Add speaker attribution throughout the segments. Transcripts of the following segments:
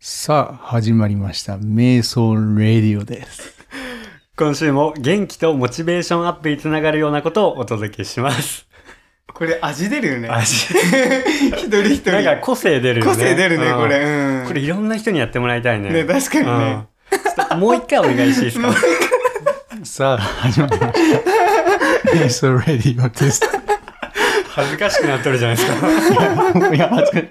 Speaker 1: さあ、始まりました。瞑想レディオです。
Speaker 2: 今週も元気とモチベーションアップにつながるようなことをお届けし ます。
Speaker 3: これ味出るよね。
Speaker 2: 味
Speaker 3: 一人一 人。
Speaker 2: なんか個性出るよね。
Speaker 3: 個性出るね、
Speaker 2: うん
Speaker 3: こ。れ。うん。
Speaker 2: これいろんな人にやってもらいたいね。
Speaker 3: ね、確かにね。
Speaker 2: うんちょっともう一回お願いしていいです か
Speaker 1: さあ、始まりました。瞑想レディオです。
Speaker 2: 恥ずかしくなってるじゃないですか。
Speaker 1: いや、恥ずかしい。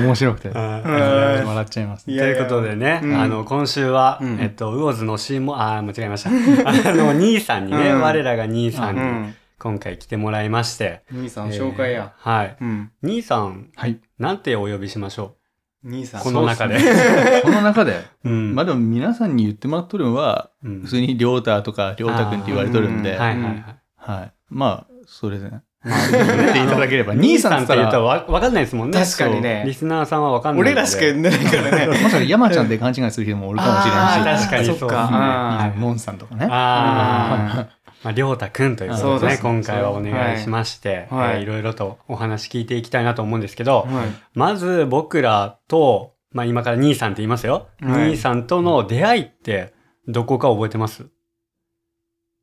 Speaker 1: うん面白くて。
Speaker 2: うん
Speaker 3: うん
Speaker 1: 笑っちゃいます、
Speaker 2: と
Speaker 1: ね。
Speaker 3: やい
Speaker 2: い
Speaker 3: や
Speaker 2: うことでね、
Speaker 3: うん
Speaker 2: あの、今週は、
Speaker 3: うん
Speaker 2: えっと、ウオズのシーンも、あー、間違えました。 あの、兄さんにね、
Speaker 3: うん
Speaker 2: 我らが兄さ
Speaker 3: うん
Speaker 2: に、
Speaker 3: ん。
Speaker 2: 今回来てもらいまして。
Speaker 3: 兄さん、紹介や。
Speaker 2: えー。はい。
Speaker 3: うん。
Speaker 2: 兄さん、
Speaker 1: はい。
Speaker 2: なんてお呼びしましょ
Speaker 3: 兄さ。
Speaker 2: うんこの中で。
Speaker 1: この中で、
Speaker 2: うん
Speaker 1: まあでも皆さんに言ってもらっとるのは、
Speaker 2: うん
Speaker 1: 普通にりょうたとかりょうたくんって言われとるんで、
Speaker 3: あー
Speaker 1: は、
Speaker 2: はいいはいはい。
Speaker 1: まあ、それでね。
Speaker 2: 言
Speaker 1: 言っていただければ。兄さんって
Speaker 2: 言
Speaker 1: 言
Speaker 2: う
Speaker 1: った
Speaker 2: と
Speaker 1: ら、
Speaker 2: わわかんないですもんね。
Speaker 3: 確かにね
Speaker 2: そうリスナーさんはわかんないので。
Speaker 3: 俺らしか言ってな いからね。
Speaker 1: まさか山ちゃんって勘違いする人もおるかもしれ
Speaker 2: あ
Speaker 1: な
Speaker 2: ー
Speaker 1: いし。
Speaker 2: 確かに
Speaker 3: そ
Speaker 2: そう
Speaker 3: っ
Speaker 2: ですね
Speaker 3: か。
Speaker 1: は
Speaker 3: あ
Speaker 1: い、モンさんとかね。
Speaker 2: ああ。
Speaker 3: あ
Speaker 2: まあ、りょうたくんというこ
Speaker 3: そう
Speaker 2: とで
Speaker 3: で
Speaker 2: ね、
Speaker 3: すね
Speaker 2: 今回はお願いしまして、
Speaker 3: は
Speaker 2: え
Speaker 3: い
Speaker 2: ーいろいろとお話聞いていきたいなと思うんですけど
Speaker 3: ー。、はい。
Speaker 2: まず僕らと、まあ今から兄さんって言いますよ。
Speaker 3: はい
Speaker 2: 兄さんとの出会いって、どこか覚えてます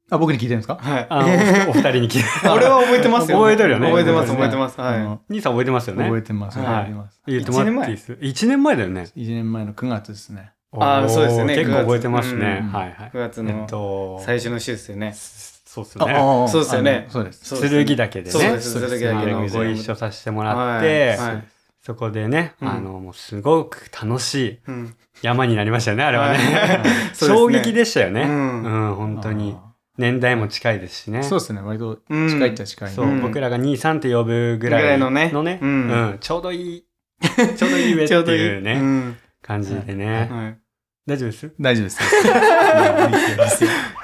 Speaker 1: あ、僕に聞いてるんですか
Speaker 3: はい。
Speaker 2: あの、おお二人に聞いて。
Speaker 3: 俺は覚えてますよ。
Speaker 2: 覚えてるよね
Speaker 3: 覚えてます、
Speaker 1: 覚
Speaker 3: 覚
Speaker 1: え
Speaker 3: え
Speaker 1: て
Speaker 3: て
Speaker 1: ま
Speaker 3: ます。はい。
Speaker 1: あ
Speaker 3: は
Speaker 1: の
Speaker 2: 兄さん覚えてますよね。
Speaker 1: 覚えてます、
Speaker 2: はい
Speaker 1: 覚えてます。
Speaker 2: 言ってもらっていいです。一年前だよね。
Speaker 1: 1年前の9月ですね。
Speaker 3: あー
Speaker 2: おー
Speaker 3: そうですよね
Speaker 2: 結構覚えてます
Speaker 3: 九
Speaker 2: ね。
Speaker 3: 月
Speaker 1: うん
Speaker 2: はいはい
Speaker 3: い。9。月
Speaker 2: え
Speaker 3: の
Speaker 2: っと、
Speaker 3: 最初の週ですよね。
Speaker 2: そうですね。
Speaker 1: あ
Speaker 3: そうですよね
Speaker 1: あのそうです。
Speaker 3: そうですね
Speaker 2: 剣だけでね。
Speaker 3: そうです、
Speaker 1: そうです
Speaker 3: 剣だけ
Speaker 2: あ
Speaker 3: の
Speaker 2: のご一緒させてもらっ
Speaker 3: はい
Speaker 2: て、
Speaker 3: はい
Speaker 2: そこでね、
Speaker 3: うん
Speaker 2: あの、もうすごく楽しい
Speaker 3: うん。
Speaker 2: 山になりましたよね、あれはね。
Speaker 3: はい
Speaker 2: 衝撃
Speaker 3: す
Speaker 2: でしたよね。
Speaker 3: う
Speaker 2: うん
Speaker 3: ん、
Speaker 2: 本当に。年代も近いですしね。
Speaker 1: あー。そうですね、割と
Speaker 3: ね。
Speaker 1: 近いっちゃ近いね。
Speaker 2: そう、
Speaker 3: うん
Speaker 2: 僕らが兄さんって呼ぶぐらい
Speaker 3: ぐらいのね
Speaker 2: う
Speaker 3: うんん
Speaker 2: ちょうどい い、ちょうどいい上って
Speaker 3: ちょうどい
Speaker 2: い
Speaker 3: い。
Speaker 2: うね、
Speaker 3: うん
Speaker 2: 感じでね。
Speaker 3: はい。
Speaker 2: 大丈夫です
Speaker 1: 大丈夫です。
Speaker 2: 大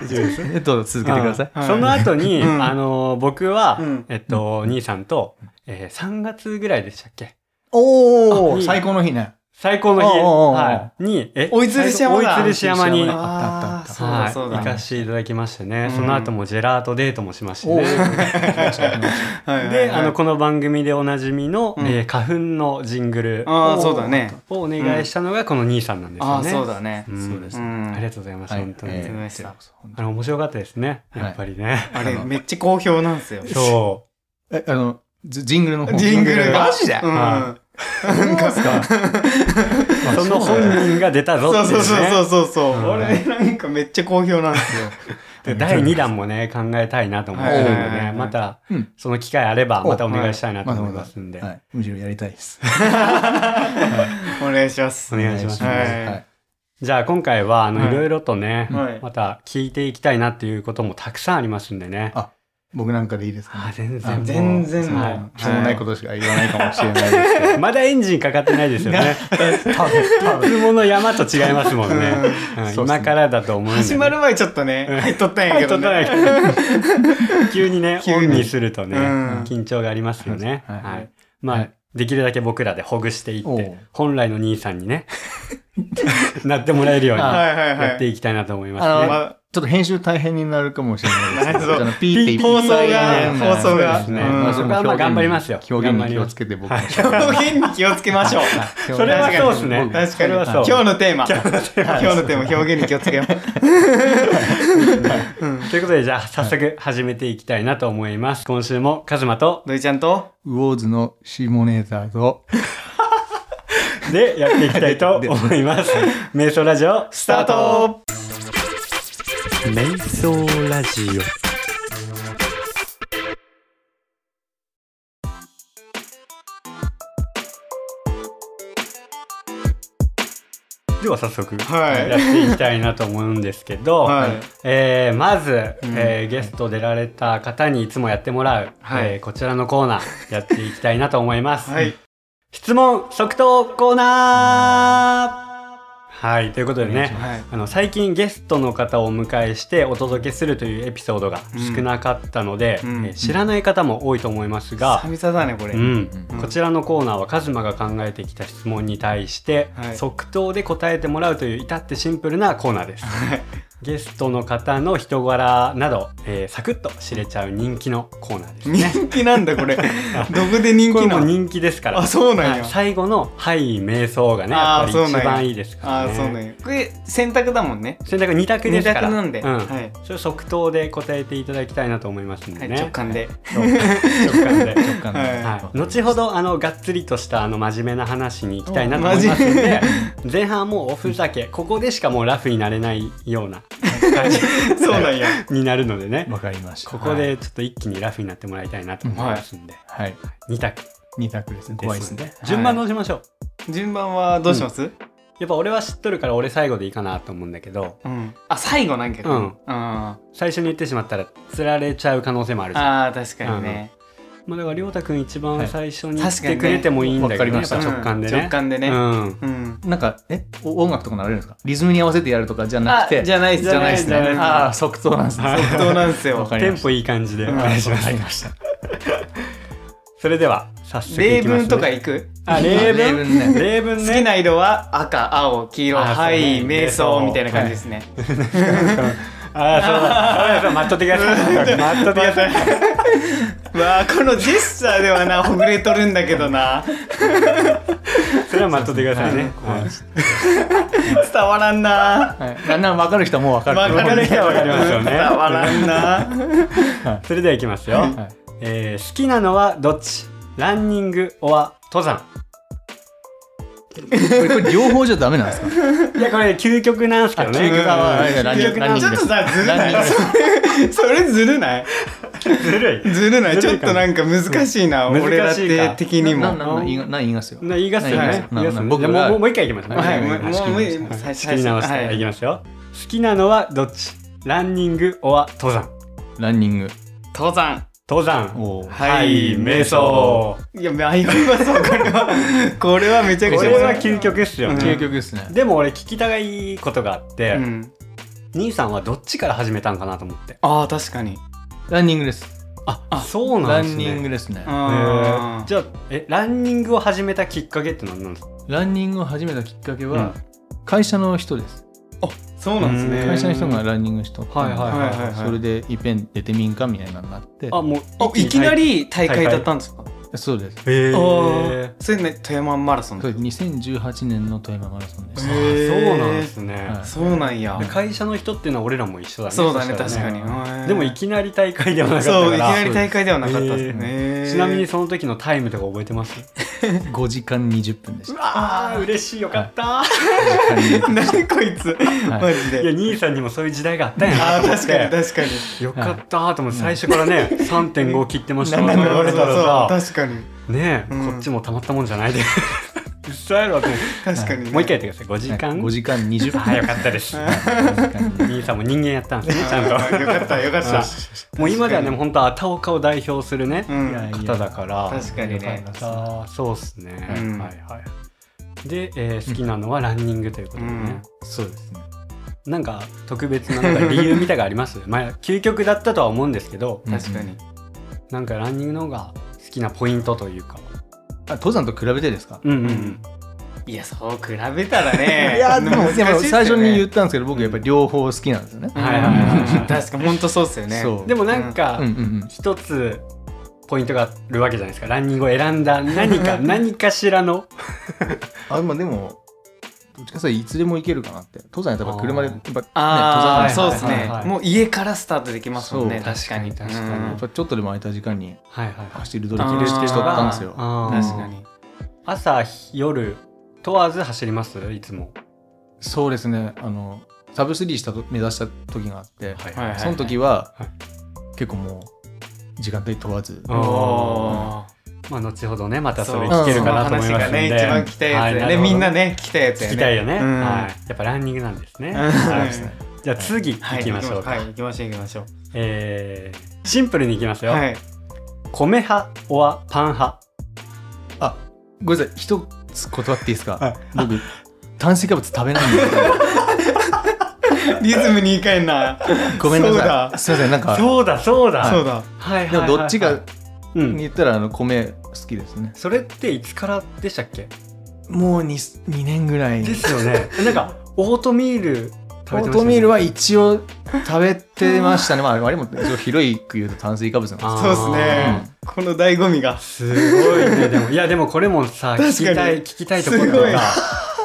Speaker 2: 丈夫です
Speaker 1: えっと、続けてください。
Speaker 3: はい
Speaker 2: その後に、
Speaker 3: うん
Speaker 2: あの、僕は、
Speaker 3: うん
Speaker 2: えっと、兄さんと、えー3月ぐらいでしたっけ
Speaker 1: お
Speaker 2: あい
Speaker 1: ー
Speaker 2: い
Speaker 1: 最高の日ね。
Speaker 2: 最高の日、
Speaker 1: おうおうおう
Speaker 2: はい、に、え
Speaker 3: 追い吊るし山だ
Speaker 2: 追い吊るし山に、
Speaker 1: 追い吊るし山だ
Speaker 2: は
Speaker 1: あっ
Speaker 3: ああ
Speaker 1: たあった
Speaker 3: ー、
Speaker 1: あった
Speaker 2: い、
Speaker 3: そうだそう
Speaker 2: 行
Speaker 3: だ。
Speaker 2: かしていただきましてね、
Speaker 3: うん
Speaker 2: その後もジェラートデートもしまして
Speaker 1: おー
Speaker 2: ね。
Speaker 3: はいはい はい
Speaker 2: で、あの、この番組でおなじみの、
Speaker 3: うん
Speaker 2: えー花粉のジングル
Speaker 3: ああ、そうだね。
Speaker 2: をお願いしたのがこの兄さんなんです
Speaker 3: あ
Speaker 2: よ
Speaker 3: あ、
Speaker 2: ね。
Speaker 3: そうだ
Speaker 2: ん
Speaker 3: ね。
Speaker 1: そうです
Speaker 3: うん
Speaker 2: ありがとうございます、
Speaker 1: はい
Speaker 2: 本当に。
Speaker 1: えー
Speaker 3: ました
Speaker 1: こそ本当
Speaker 2: あ
Speaker 1: に
Speaker 2: の、面白かったですね、
Speaker 1: はい
Speaker 2: やっぱりね。
Speaker 3: あれ、めっちゃ好評なんですよ。
Speaker 2: そ
Speaker 1: え、あの、ジジングルの方
Speaker 3: ジングルが。
Speaker 1: マジで
Speaker 3: うん。
Speaker 2: は
Speaker 1: なんです か
Speaker 2: う。その本人が出たぞ
Speaker 3: そう
Speaker 2: っていう
Speaker 3: そう
Speaker 2: ね。
Speaker 3: そうそうそう。
Speaker 2: うん
Speaker 3: 俺なんかめっちゃ好評なんですよ。
Speaker 2: で第2弾もね、考えたいなと思ってるんで
Speaker 3: はいはいはいは
Speaker 2: ね
Speaker 3: い、
Speaker 2: また
Speaker 1: うん、
Speaker 2: その機会あれば、
Speaker 1: お
Speaker 2: またお願いしたいなと思いますんで。
Speaker 1: はい。むしろやりたいです。
Speaker 3: お願いします
Speaker 2: お。願いします。
Speaker 1: は
Speaker 3: はい
Speaker 1: い。
Speaker 2: じゃあ今回は、あの、
Speaker 3: はい
Speaker 2: いろいろとね、
Speaker 3: はい
Speaker 2: また聞いていきたいなっていうこともたくさんありますんでね。
Speaker 1: あ僕なんかでいいですか
Speaker 2: あ
Speaker 1: ね。
Speaker 2: 全然もう。
Speaker 3: 全然もう
Speaker 2: は
Speaker 1: しょうもないことしか言わないかもしれないですけど。
Speaker 2: いまだエンジンかかってないですよ ね。
Speaker 1: 多分、多分。
Speaker 2: いつもの山と違いますもん ね。うん
Speaker 1: そうっすね
Speaker 2: 今からだと思うんでね。
Speaker 3: 始まる前ちょっとね、入っとったんやけ
Speaker 2: ちょ
Speaker 3: ど
Speaker 2: っとだ
Speaker 3: ね。
Speaker 2: け急にね、
Speaker 3: 急
Speaker 2: オ
Speaker 3: に
Speaker 2: ンにするとね、
Speaker 3: うん
Speaker 2: 緊張がありますよね。
Speaker 1: はい
Speaker 2: はい。ま
Speaker 1: は
Speaker 2: あ
Speaker 1: い、
Speaker 2: できるだけ僕らでほぐしていっ
Speaker 1: お
Speaker 2: て
Speaker 1: う、
Speaker 2: 本来の兄さんにね、なってもらえるように
Speaker 1: は
Speaker 2: や
Speaker 3: はいはいは
Speaker 2: って
Speaker 3: い。
Speaker 2: いきたいなと思います
Speaker 1: あ
Speaker 2: ね
Speaker 1: の。
Speaker 3: ま
Speaker 1: ちょっと編集大変になるかもしれないですけど。
Speaker 3: なるほど
Speaker 1: あのピーっていっぱい
Speaker 3: 放送が
Speaker 1: 入れない
Speaker 3: 放送が
Speaker 1: そうですね
Speaker 2: うん
Speaker 1: まあそこは表現に
Speaker 2: 頑張りますよ
Speaker 1: 表現に気をつけて僕も。そ
Speaker 3: あ、表現に気をつけましょう。
Speaker 2: それはそうですね。
Speaker 1: 僕も
Speaker 3: 確かに。
Speaker 2: それはそう
Speaker 3: 今日のテーマ。今日のテーマ、表現に気をつけよう。
Speaker 2: ということで、じゃあ、早速始めていきたいなと思います。今週も、カズマと、
Speaker 3: 土井ちゃんと、
Speaker 1: ウォーズのシモネーターと、
Speaker 2: で、やっていきたいと思い ます。瞑想ラジオ、ス
Speaker 3: スタート
Speaker 2: 瞑想ラジオ。では早速
Speaker 3: はい
Speaker 2: やっていきたいなと思うんですけど、
Speaker 3: はい
Speaker 2: えーまず、
Speaker 3: うん
Speaker 2: えーゲスト出られた方にいつもやってもらう、
Speaker 3: はい
Speaker 2: えーこちらのコーナ ーやっていきたいなと思います。
Speaker 3: はい。
Speaker 2: 質問即答コーナーはい、ということでね、
Speaker 3: はい。
Speaker 2: あの最近ゲストの方をお迎えしてお届けするというエピソードが少なかったので、
Speaker 3: うん
Speaker 2: えー知らない方も多いと思いますが、
Speaker 3: 久々だね、これ。
Speaker 2: うん
Speaker 3: うん
Speaker 2: こちらのコーナーはカズマが考えてきた質問に対して、
Speaker 3: はい
Speaker 2: 即答で答えてもらうという至ってシンプルなコーナーです。はいゲストの方の人柄など、えーサクッと知れちゃう人気のコーナーですね。
Speaker 3: 人気なんだこれどこで人
Speaker 2: こ
Speaker 3: 気
Speaker 2: れ
Speaker 3: な
Speaker 2: も
Speaker 3: の
Speaker 2: 人気ですから。
Speaker 3: あそうなんや
Speaker 2: はい最後の「はい瞑想」がねやっ
Speaker 3: あー
Speaker 2: ぱり
Speaker 3: そう
Speaker 2: 一
Speaker 3: なんや
Speaker 2: 番いいですから、
Speaker 3: あ
Speaker 2: ね、
Speaker 3: ーそうなんやこれ選択だもんね
Speaker 2: 選択2択で
Speaker 3: 二
Speaker 2: すから
Speaker 3: 択なんで、
Speaker 2: うん
Speaker 3: はい
Speaker 2: それを即答で答えていただきたいなと思いますん
Speaker 3: は
Speaker 2: で
Speaker 3: い、
Speaker 2: ね、
Speaker 3: 直感で
Speaker 2: 直感で
Speaker 1: 直感で
Speaker 3: はい
Speaker 2: はい、後ほどあのがっつりとしたあの真面目な話に行きたいなと思いますので前半はもうおふざけここでしかもうラフになれないような感じ
Speaker 3: そうなんや
Speaker 2: になるのでね
Speaker 1: わかりました。
Speaker 2: ここでちょっと一気にラフになってもらいたいなと思いますんで、
Speaker 1: はい。はい。
Speaker 2: 二2択
Speaker 1: 二択ですね。怖いですね。
Speaker 3: い
Speaker 2: 順番どうしましょう、
Speaker 3: 順番はどうします、
Speaker 2: やっぱ俺は知っとるから俺最後でいいかなと思うんだけど
Speaker 3: うんあ最後なんか
Speaker 2: うん
Speaker 3: あ
Speaker 2: 最初に言ってしまったら釣られちゃう可能性もあるじゃん
Speaker 3: あー確かにね、
Speaker 2: まあ、だから亮太くん一番最初に言
Speaker 3: は
Speaker 2: っ
Speaker 3: い
Speaker 2: てくれてもいいんだけど、ねや
Speaker 1: 確
Speaker 2: っ
Speaker 1: か
Speaker 2: ぱ
Speaker 1: にね
Speaker 2: 直感でね、
Speaker 3: うん直感でね
Speaker 2: うん
Speaker 3: うん、
Speaker 1: なんか、え、お音楽とかなれるんですかリズムに合わせてやるとかじゃな
Speaker 3: あ
Speaker 1: くて。
Speaker 3: じゃないっす
Speaker 2: じゃないっすね
Speaker 3: じゃないっす
Speaker 1: ああ、即答なんですね。
Speaker 3: 即答なんですよ
Speaker 1: わかり
Speaker 2: テ
Speaker 1: ま
Speaker 2: ン
Speaker 1: し
Speaker 2: ポいい感じでお
Speaker 3: うん
Speaker 2: 願いしま
Speaker 1: た。わか
Speaker 2: す、
Speaker 1: りました。
Speaker 2: それでは早速い
Speaker 3: 例
Speaker 2: きます、ね、
Speaker 3: 文とかいく
Speaker 2: あ例文
Speaker 1: 例文ね
Speaker 2: 例文
Speaker 3: 好
Speaker 2: ね
Speaker 3: きな色は赤青黄色
Speaker 2: あそうね
Speaker 3: はい瞑想
Speaker 2: 瞑想
Speaker 3: みたいな感じですね、
Speaker 2: ああそうだそうだ待っとってください 待っとってください
Speaker 3: わあこのジェスチャーではなほぐれとるんだけどな
Speaker 2: それは待っとってくださいね、
Speaker 1: はい
Speaker 2: はい
Speaker 3: 伝わらんな
Speaker 1: はい。だんだん分かる人はもう分かると思う。
Speaker 2: わかる人はわかりますよね
Speaker 3: 伝わらんな
Speaker 2: それではいきますよ、
Speaker 1: はい
Speaker 2: えー好きなのはどっちランニングオア登山
Speaker 1: これこれ両方じゃダメなんですか
Speaker 2: いやこれ究極なんすけどね
Speaker 1: あ究極は
Speaker 2: うん
Speaker 1: ランニング
Speaker 2: 究極
Speaker 1: ラン
Speaker 2: なん
Speaker 1: ニ
Speaker 3: ち
Speaker 1: ング
Speaker 3: ょっ
Speaker 1: で
Speaker 3: と
Speaker 1: す
Speaker 3: さずるない
Speaker 1: ランニング
Speaker 3: それずるない
Speaker 2: ずるい
Speaker 3: ずるない
Speaker 2: ず
Speaker 3: ち
Speaker 2: る
Speaker 3: ょ
Speaker 2: い
Speaker 3: っ
Speaker 2: か
Speaker 3: となんか難しいな、
Speaker 2: うん
Speaker 3: 俺ら
Speaker 2: 難しいか
Speaker 3: って的に
Speaker 1: な
Speaker 3: も
Speaker 1: なな言い何言いますよ。
Speaker 2: な言いますよ
Speaker 3: はい
Speaker 2: ね。
Speaker 1: な
Speaker 2: 言いますよね
Speaker 1: 僕
Speaker 2: じ
Speaker 1: が
Speaker 2: ゃあもうもう一回いきますね。
Speaker 3: はいも
Speaker 2: は
Speaker 3: う
Speaker 2: い
Speaker 3: もう無
Speaker 1: は
Speaker 3: 理
Speaker 1: い
Speaker 3: 最初
Speaker 2: 仕切り直して、
Speaker 3: はい
Speaker 2: い、きますよ。好きなのはどっちランニングオア登山
Speaker 1: ランニング。
Speaker 3: 登山
Speaker 2: 登山
Speaker 1: おー
Speaker 3: はい
Speaker 2: 瞑想
Speaker 3: いや迷いますわこれ はこれはめちゃく
Speaker 2: こ
Speaker 3: ちゃ
Speaker 2: れは
Speaker 3: 迷い
Speaker 2: 究極っすよ
Speaker 3: うん
Speaker 2: ね、
Speaker 1: 究極ですね。
Speaker 2: でも俺聞きたいことがあって、
Speaker 3: うん
Speaker 2: 兄さんはどっちから始めたんかなと思って
Speaker 3: ああ確かに
Speaker 1: ランニングです。
Speaker 2: あそうな
Speaker 1: ラ
Speaker 2: んです
Speaker 1: ンニン
Speaker 2: ね
Speaker 1: グですね。
Speaker 3: あ
Speaker 2: じゃあえランニングを始めたきっかけって何なんですか
Speaker 1: ランニングを始めたきっかけは、会社の人です。
Speaker 3: そうなんですね
Speaker 2: うん
Speaker 1: 会社の人がランニングしとったんで
Speaker 2: はい
Speaker 3: はいはいはい
Speaker 1: それでいっぺん出てみんかみたいなのになって
Speaker 2: あもう
Speaker 3: おいきなり大会だったんですか
Speaker 1: そうです
Speaker 2: へえ
Speaker 3: ああそれね富山マラソン
Speaker 1: そうです2018年の富山マラソンです
Speaker 3: へ
Speaker 2: そうなん
Speaker 3: ー
Speaker 2: ですね、
Speaker 1: は
Speaker 3: そうなんや
Speaker 2: で会社の人っていうのは俺らも一緒だね
Speaker 3: そうだね
Speaker 2: したら
Speaker 3: 確かに
Speaker 1: そうだ
Speaker 3: へー
Speaker 2: でもいきなり大会ではなかったから
Speaker 3: そういきなり大会ではなかったです
Speaker 2: え
Speaker 3: ね
Speaker 2: ーちなみにその時のタイムとか覚えてます
Speaker 1: 5時間20分でした
Speaker 2: わー嬉しいよかった、
Speaker 3: 何こいつマジ
Speaker 2: い、や
Speaker 3: で
Speaker 2: 兄さんにもそういう時代があったんやな
Speaker 3: あ
Speaker 2: と
Speaker 3: ー
Speaker 2: 思っ
Speaker 3: 確かに
Speaker 2: て
Speaker 3: 確かに
Speaker 2: よかったーと思って最初からね3.5切ってま した
Speaker 3: な
Speaker 2: わと
Speaker 3: んだ
Speaker 2: 言われた
Speaker 3: そう
Speaker 2: ら
Speaker 3: そ
Speaker 2: さ
Speaker 3: う確かに
Speaker 2: ねえ、
Speaker 3: うん
Speaker 2: こっちもたまったもんじゃないでうっさいろって
Speaker 3: 確かにね
Speaker 2: もう一回やってください5時間
Speaker 1: 5時間20分
Speaker 2: あーよかったです 兄さんも人間やったんですねちゃんと
Speaker 3: あーよかったよかった
Speaker 2: もう今ではね本当あたおかを代表するね、
Speaker 3: うん
Speaker 2: 方だから
Speaker 3: 確かにね
Speaker 2: あーそうっすね、
Speaker 3: うん
Speaker 2: はいはいで、えー好きなのはランニングということでね、
Speaker 1: そうですね
Speaker 2: なんか特別ななんか理由みたいがありますまあ究極だったとは思うんですけど
Speaker 3: 確かに
Speaker 2: なんかランニングの方が好きなポイントというか
Speaker 1: あ登山と比べてですか
Speaker 2: うんうん、
Speaker 3: んいやそう比べたらね
Speaker 1: いやでもやっぱ最初に言
Speaker 3: う
Speaker 1: ったんですけど僕やっぱり両方好きなんですよね
Speaker 2: はいはいはいはい
Speaker 3: 確かに本当そうっすよね
Speaker 1: そう
Speaker 2: でもなんか
Speaker 1: うんうんうん
Speaker 2: 一つポイントがあるわけじゃないですかランニングを選んだ何 か何かしらの
Speaker 1: あまあでもどっちかさいつでも行けるかなって登山やったらやっぱ車でやっぱね
Speaker 3: ああ
Speaker 1: 登山
Speaker 3: そう
Speaker 1: なん
Speaker 3: で
Speaker 1: です
Speaker 2: はいはいは
Speaker 3: ね
Speaker 2: い
Speaker 3: もう家からスタートできますもんね
Speaker 1: そう
Speaker 3: 確かに
Speaker 2: 確かに
Speaker 3: う
Speaker 1: や
Speaker 3: ん
Speaker 1: っぱちょっとでも空いた時間に
Speaker 2: はいはいはい
Speaker 1: 走る努力をしてしとったんですよ
Speaker 2: あー
Speaker 3: 確かに
Speaker 2: 朝夜問わず走りますいつも
Speaker 1: そうですねあのサブスリーしたと目指した時があって、
Speaker 2: い
Speaker 3: はいはい
Speaker 1: その時は、
Speaker 2: はい
Speaker 1: 結構もう時間帯問わず、
Speaker 2: うん
Speaker 3: おー
Speaker 2: まあ後ほどねまたそれ
Speaker 3: う
Speaker 2: 聞けるかなと思います
Speaker 3: その話が
Speaker 2: ん
Speaker 3: ね
Speaker 2: で、
Speaker 3: 一番聞きたいやつだよねみんな
Speaker 2: ね
Speaker 3: ね聞きたいやつ
Speaker 2: 聞
Speaker 3: や
Speaker 2: きたい
Speaker 3: ね
Speaker 2: よね、
Speaker 3: うん
Speaker 2: はいやっぱランニングなんですね、
Speaker 3: ん
Speaker 2: はい
Speaker 3: はい
Speaker 2: じゃあ次
Speaker 3: はい
Speaker 2: 行きましょうか、
Speaker 3: はい行きましょう行きましょ
Speaker 2: えーシンプルに行きます
Speaker 3: う
Speaker 2: よ、
Speaker 3: はい
Speaker 2: 米派おはパン派
Speaker 1: あごめんなさい一つ断っていいですか、
Speaker 2: はい
Speaker 1: 僕炭水化物食べないんで
Speaker 3: リズムにいかいな
Speaker 1: ごめんな
Speaker 3: そう
Speaker 1: さ
Speaker 3: だ
Speaker 1: いすいませんなんか
Speaker 2: そうだそうだ
Speaker 3: そうだ
Speaker 2: はいはいはい
Speaker 1: で
Speaker 2: は
Speaker 1: も
Speaker 2: い
Speaker 1: どっちが
Speaker 2: うん
Speaker 1: 言ったらあの米好きですね、
Speaker 2: それっていつからでしたっけ
Speaker 1: もう 2, 二年ぐらい
Speaker 2: ですよねなんかオートミール食
Speaker 1: オ
Speaker 2: べ
Speaker 1: ー
Speaker 2: てましたね
Speaker 1: トミールは一応食べてましたね。まあ、あれも一応広いく言うと炭水化物なんです
Speaker 2: あー
Speaker 1: け
Speaker 3: そうですね、この醍醐味が
Speaker 2: すごいねでもいやでもこれもさ
Speaker 3: 確かに
Speaker 2: 聞きたい聞きたいところが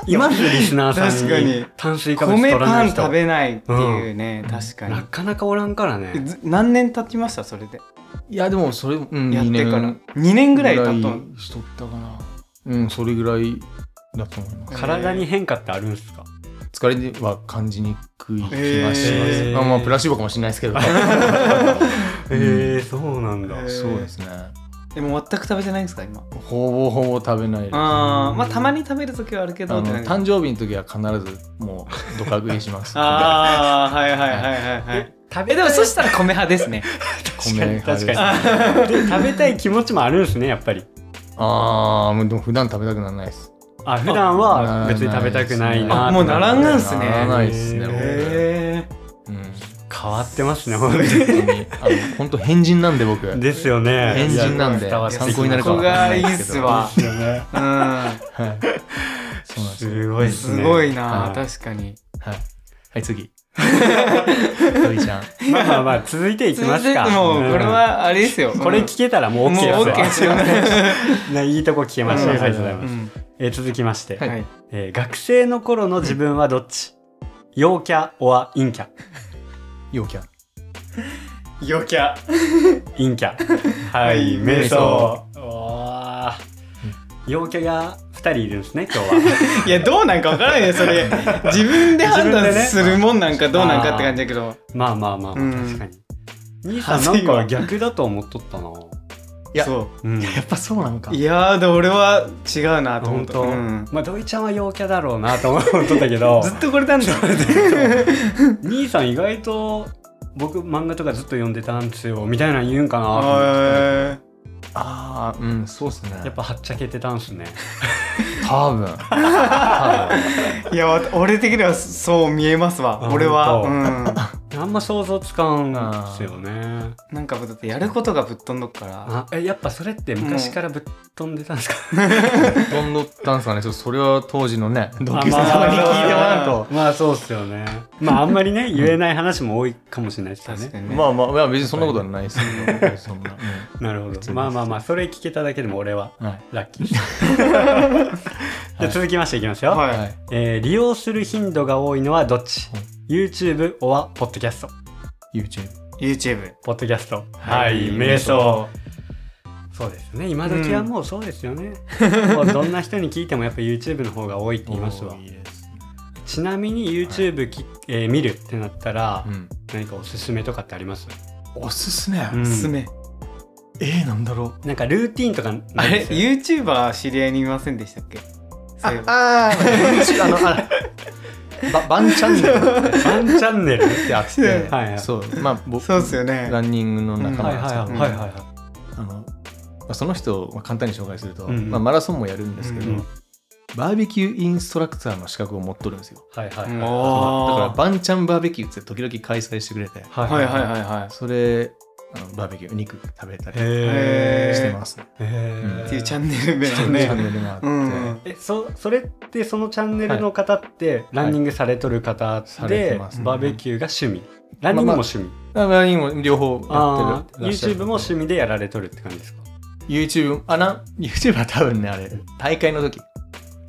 Speaker 2: いますリスナーさ
Speaker 3: 確か
Speaker 2: んに
Speaker 3: に
Speaker 2: 炭水化物取
Speaker 3: 米
Speaker 2: らな
Speaker 3: パ
Speaker 2: い
Speaker 3: ン
Speaker 2: 人
Speaker 3: 食べないっていうね、確か
Speaker 2: な
Speaker 3: に
Speaker 2: かなかおらんからね
Speaker 3: ず何年経ちましたそれで
Speaker 1: ど。いや、でもそれ、うん、
Speaker 3: やっ
Speaker 1: 2
Speaker 3: て
Speaker 1: 年
Speaker 3: から2年ぐらい経ったの
Speaker 1: しとったかな。うん、それぐらいだと思います。
Speaker 2: 体に変化ってあるんすか
Speaker 1: 疲れは感じにくい気がします。
Speaker 2: へー
Speaker 1: まあ、まあ、プラシーボかもしれないですけど。
Speaker 2: へ
Speaker 1: うん
Speaker 2: えー、そうなんだ
Speaker 3: へー
Speaker 1: そうですね。
Speaker 3: でも全く食べてないんですか今
Speaker 1: ほぼほぼ食べないです。
Speaker 3: あーまあたまに食べる時はあるけ
Speaker 1: あ
Speaker 3: ど
Speaker 1: の
Speaker 3: ってなんか。
Speaker 1: 誕生日の時は必ずもうドカ食いします
Speaker 3: あーはいはいはいはいはい
Speaker 2: 食
Speaker 3: え
Speaker 2: べ
Speaker 3: で
Speaker 2: た
Speaker 3: も
Speaker 2: い
Speaker 3: そしたら米派ですね
Speaker 1: 米派です
Speaker 2: 確かにで食べたい気持ちもあるんすねやっぱり
Speaker 1: ああ、もうでも普段食べたくならないです。
Speaker 2: あ普段は別に食べたくないな
Speaker 3: あもうならんがん
Speaker 2: す
Speaker 3: すね
Speaker 1: ならないですね。
Speaker 3: へえ
Speaker 1: 僕うん
Speaker 2: 変わってます ね本当に
Speaker 1: 本当にあの本当変人なんで僕。
Speaker 2: ですよね
Speaker 1: 変人なんで
Speaker 2: いや伝わってきます
Speaker 1: 参考になるか
Speaker 3: そ
Speaker 1: も
Speaker 3: こがいいっすわ
Speaker 2: ですよね
Speaker 3: う
Speaker 1: はい。そうなんですよ。
Speaker 2: すごいっ
Speaker 3: ん
Speaker 2: すね
Speaker 3: すごいな、
Speaker 1: はい
Speaker 3: 確かに
Speaker 1: はい。はい次。トビちゃん。
Speaker 2: まあまあまあ続いていき
Speaker 3: 続い
Speaker 2: ます
Speaker 3: て
Speaker 2: か
Speaker 3: もうこれ
Speaker 2: うん
Speaker 3: はあれですよ、
Speaker 2: これ
Speaker 3: うん
Speaker 2: 聞けたらもう
Speaker 3: もう
Speaker 2: OK で
Speaker 3: OK
Speaker 2: す
Speaker 3: しようね、
Speaker 2: わいいとこ聞けましたあ
Speaker 3: うん
Speaker 2: りがとうございうます
Speaker 3: ん
Speaker 2: えー続きまして
Speaker 1: はい
Speaker 3: はい、
Speaker 2: えー学生の頃の自分はどっち陽キャオア陰キャ
Speaker 1: 陽キャ。
Speaker 3: 陽キャ
Speaker 2: 陰 キャはい
Speaker 3: はい
Speaker 2: 瞑
Speaker 1: 瞑
Speaker 2: 想
Speaker 1: 想
Speaker 2: おー陽キャが2人いるんですね今日 は
Speaker 3: いやどうなんかわからないねそれ自分で判断するもんなんかどうなんかって感じだけど、
Speaker 2: まあまあまあまあ
Speaker 3: うん
Speaker 2: 確かに兄さんなんか逆だと思っとったな
Speaker 1: うんいや
Speaker 3: そ
Speaker 2: うん
Speaker 1: やっぱそうなんか
Speaker 3: ういやーで俺は違うなと思
Speaker 2: 本
Speaker 3: った、
Speaker 2: 当、
Speaker 3: うん
Speaker 2: まあ土井ちゃんは陽キャだろうなと思っとったけ ど
Speaker 3: ずっとこれなんだ
Speaker 2: 兄さん意外と僕漫画とかずっと読んでたんですよみたいなの言うんかなと思って
Speaker 1: あ
Speaker 3: あ
Speaker 1: あ、うん、そうっすね。
Speaker 2: やっぱはっちゃけてたんすね
Speaker 1: 多分。多分。
Speaker 3: ーいやわ俺的にはそう見えます
Speaker 2: あ
Speaker 3: わ俺は、
Speaker 2: 本
Speaker 3: う
Speaker 2: あんま想像つかんですよね
Speaker 3: ん、なんかだってやることがぶっ飛んどっから
Speaker 2: あえやっぱそれって昔からぶっ飛んでたんですか、
Speaker 1: どんどったんすかね。ちょっとそれは当時のね、同級生
Speaker 2: まあ
Speaker 1: 様に聞いてもらうと。
Speaker 3: と
Speaker 2: まあそうっすよねまああんまりね言えない話も多いかもしれないですよ
Speaker 3: 確か
Speaker 2: ね
Speaker 3: にね、
Speaker 1: まあまあ、いや別にそんなことはないですけど、そんな。
Speaker 2: なるほ
Speaker 1: 普通
Speaker 2: ど
Speaker 1: に
Speaker 2: まあまあまあそれ聞けただけでも俺は
Speaker 1: うんはい。
Speaker 2: ラッキーじ ゃあ続きましていきますよ、
Speaker 3: はい、
Speaker 1: はい。
Speaker 2: えー利用する頻度が多いのはどっち
Speaker 1: はい
Speaker 2: YouTube おはポッドキャスト
Speaker 1: YouTube。
Speaker 3: YouTube
Speaker 2: ポッドキャストは
Speaker 1: はいい
Speaker 2: 瞑
Speaker 1: 瞑
Speaker 2: 想
Speaker 1: 想
Speaker 2: そうですね今時はもうそうですよね、もうどんな人に聞いてもやっぱ YouTube の方が多いって言いますわ
Speaker 1: おーいいですね
Speaker 2: ちなみに YouTube き、えー見るってなったら、
Speaker 1: うん。
Speaker 2: 何かおすすめとかってあります、
Speaker 1: おすすめ。
Speaker 2: うん
Speaker 3: おすすめ、
Speaker 1: えー、なんだろう。
Speaker 2: なんかルーティンとかないです
Speaker 3: あれ
Speaker 2: よ
Speaker 3: YouTuber 知り合いにいませんでしたっけそういえば
Speaker 1: ああ、あの、あら、ば、バンチャンネ ルっ
Speaker 2: ワンチャンネル
Speaker 1: てあって、
Speaker 2: はいはい
Speaker 1: そう、まあ、僕、
Speaker 3: そうっすよね
Speaker 1: ランニングの仲間
Speaker 2: はい
Speaker 1: なん
Speaker 2: は
Speaker 1: ですけ
Speaker 2: い
Speaker 1: ど、
Speaker 2: はいはいは
Speaker 1: あの、まあ、その人をまあ簡単に紹介すると、
Speaker 2: うんうん
Speaker 1: まあ、マラソンもやるんですけど、
Speaker 2: うんうん
Speaker 1: バーベキューインストラクターの資格を持っとるんですよ。
Speaker 2: いはいはい
Speaker 3: うん
Speaker 2: は
Speaker 1: だから、
Speaker 3: あ
Speaker 1: バンチャンバーベキューって時々開催してくれて、
Speaker 3: ー
Speaker 2: いは
Speaker 3: はいいはいはいは
Speaker 1: それ、あのバーベキュー、肉食べたり
Speaker 2: へー
Speaker 1: してますね。
Speaker 2: へー
Speaker 3: いっていうチャンネル名の
Speaker 1: チャン
Speaker 3: ね
Speaker 1: ネルがあって、
Speaker 3: うん
Speaker 2: えそそれってそのチャンネルの方ってランニングされとる方
Speaker 1: され
Speaker 2: で、
Speaker 1: てます
Speaker 2: バーベキューが趣味ランニングも趣味、
Speaker 1: あランニングも両方や
Speaker 2: あ
Speaker 1: って
Speaker 2: ー
Speaker 1: る。
Speaker 2: YouTube も趣味でやられとるって感じですか
Speaker 1: YouTube、あ、な、YouTube は多分ね、あれ、大会の時、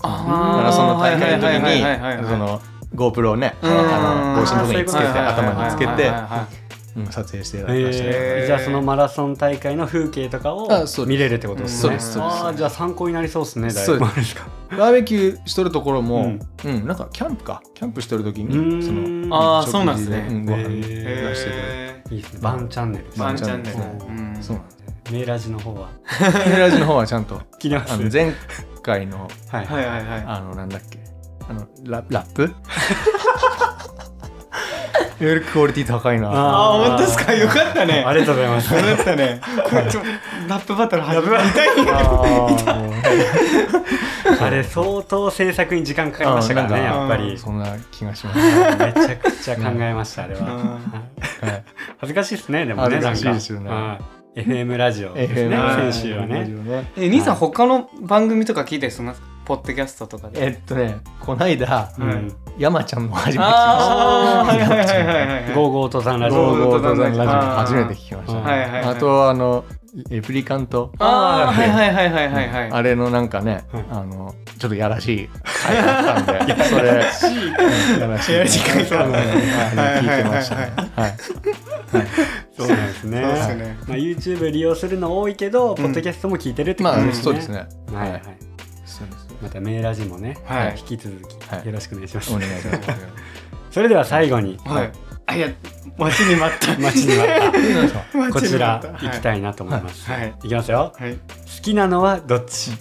Speaker 3: あー
Speaker 1: マラソンの大会の時
Speaker 3: はいはいはいはい
Speaker 1: に、
Speaker 3: はい
Speaker 1: その、GoPro をね、
Speaker 3: うん
Speaker 1: あの帽子のとこにつけて、
Speaker 2: はいはいはいはい
Speaker 1: 頭につけ
Speaker 3: はいはい
Speaker 1: て
Speaker 3: はい、はい
Speaker 1: うん撮影していただきましたね。
Speaker 2: え
Speaker 3: へ
Speaker 2: ー、
Speaker 3: ー
Speaker 2: じゃあそのマラソン大会の風景とかを
Speaker 1: あそうです
Speaker 2: 見れるってことですね
Speaker 1: そうですそうです
Speaker 2: あーじゃあ参考になりそうですねだい
Speaker 1: そう
Speaker 2: ぶ
Speaker 1: で
Speaker 2: ですか
Speaker 1: バーベキューしとるところ
Speaker 2: う
Speaker 1: も
Speaker 2: ん、
Speaker 1: うん、なんかキャンプか、キャンプしとる時
Speaker 2: うーん
Speaker 1: に、その、
Speaker 3: あー
Speaker 1: 食事
Speaker 3: そうなんですね
Speaker 1: うご飯
Speaker 2: へー
Speaker 1: 出してくれて。
Speaker 3: へ
Speaker 2: いいですねバンチャンネルです
Speaker 3: ー
Speaker 1: バ
Speaker 3: ワ
Speaker 1: ン
Speaker 3: ン
Speaker 1: チ
Speaker 3: チ
Speaker 1: ャ
Speaker 3: ャ
Speaker 1: ン
Speaker 3: ン
Speaker 1: ネ
Speaker 3: ネ
Speaker 1: ル
Speaker 3: ルうん
Speaker 1: そうなん
Speaker 2: メーラジの方は
Speaker 1: です。ヘラジの方はちゃんと、
Speaker 2: 聞きます
Speaker 1: あの前回の、
Speaker 2: はい
Speaker 3: はいはいはい
Speaker 1: あの、なんだっけ、あの、ララッ プよりクオリティ高いな。
Speaker 3: あー
Speaker 2: あー
Speaker 3: 本当ですかよかったね
Speaker 2: ありがとうございます
Speaker 3: よかったねこれちょラップバトル始めたい
Speaker 2: あれ相当制作に時間かかりましたからね
Speaker 1: あ
Speaker 2: や
Speaker 3: ー
Speaker 2: っ
Speaker 3: な
Speaker 2: ぱ
Speaker 3: んか
Speaker 2: り
Speaker 1: そんな気がします。
Speaker 2: めちゃくちゃ考えましたあれは
Speaker 3: うん
Speaker 1: はい
Speaker 2: 恥ずかしいですねでもね
Speaker 1: 恥ずかしい
Speaker 2: なん
Speaker 1: ですよね
Speaker 2: はい FM ラジオです ね
Speaker 1: FM
Speaker 2: 先週はね
Speaker 1: ね。
Speaker 3: え兄さん他の番組とか聞いたりするんですかポッドキャストとかで
Speaker 1: えっとねこないだ
Speaker 2: う
Speaker 3: うんん。
Speaker 1: 山ちゃんの初めて聞きま
Speaker 3: ああはいはいはいはい
Speaker 2: ゴーゴー登山ラ
Speaker 1: した
Speaker 2: ジ
Speaker 1: ゴ
Speaker 2: オ。
Speaker 1: ーゴー登山ラジオ
Speaker 3: あー
Speaker 1: 初めて聞きました、
Speaker 2: うん
Speaker 3: はいはいはい
Speaker 1: あとあのレプリカント
Speaker 3: ああはいはいはいはいはいはい
Speaker 1: あれのなんかね、
Speaker 2: うん
Speaker 1: あのちょっとやらしい回だったんでそれやらしい
Speaker 3: やらしい回だ
Speaker 1: うんはい聞いてましたねはい
Speaker 2: そうなんですね。
Speaker 3: そうですね
Speaker 2: まあ YouTube 利用するの多いけど、ポッドキャストも聞いてるってこ
Speaker 1: ま
Speaker 2: と
Speaker 1: あ、
Speaker 2: で
Speaker 1: そう
Speaker 2: す
Speaker 1: です
Speaker 2: ね。
Speaker 1: ね
Speaker 2: はい
Speaker 1: は
Speaker 2: は
Speaker 1: いい。そうですね
Speaker 2: またメーラジもね、
Speaker 3: はい
Speaker 2: 引き続
Speaker 1: は
Speaker 2: き
Speaker 1: い
Speaker 2: よろしくお願いします。
Speaker 1: お願いします
Speaker 2: それでは最後に
Speaker 3: はいあいや待ちに待った
Speaker 2: 待ちに待ったこ
Speaker 3: 待ち
Speaker 2: ち
Speaker 3: に
Speaker 2: ら
Speaker 3: 待った
Speaker 2: 行きたいなと思います。
Speaker 3: はいはい
Speaker 2: いきますよ。
Speaker 3: はいはい
Speaker 2: 好きなのはどっち？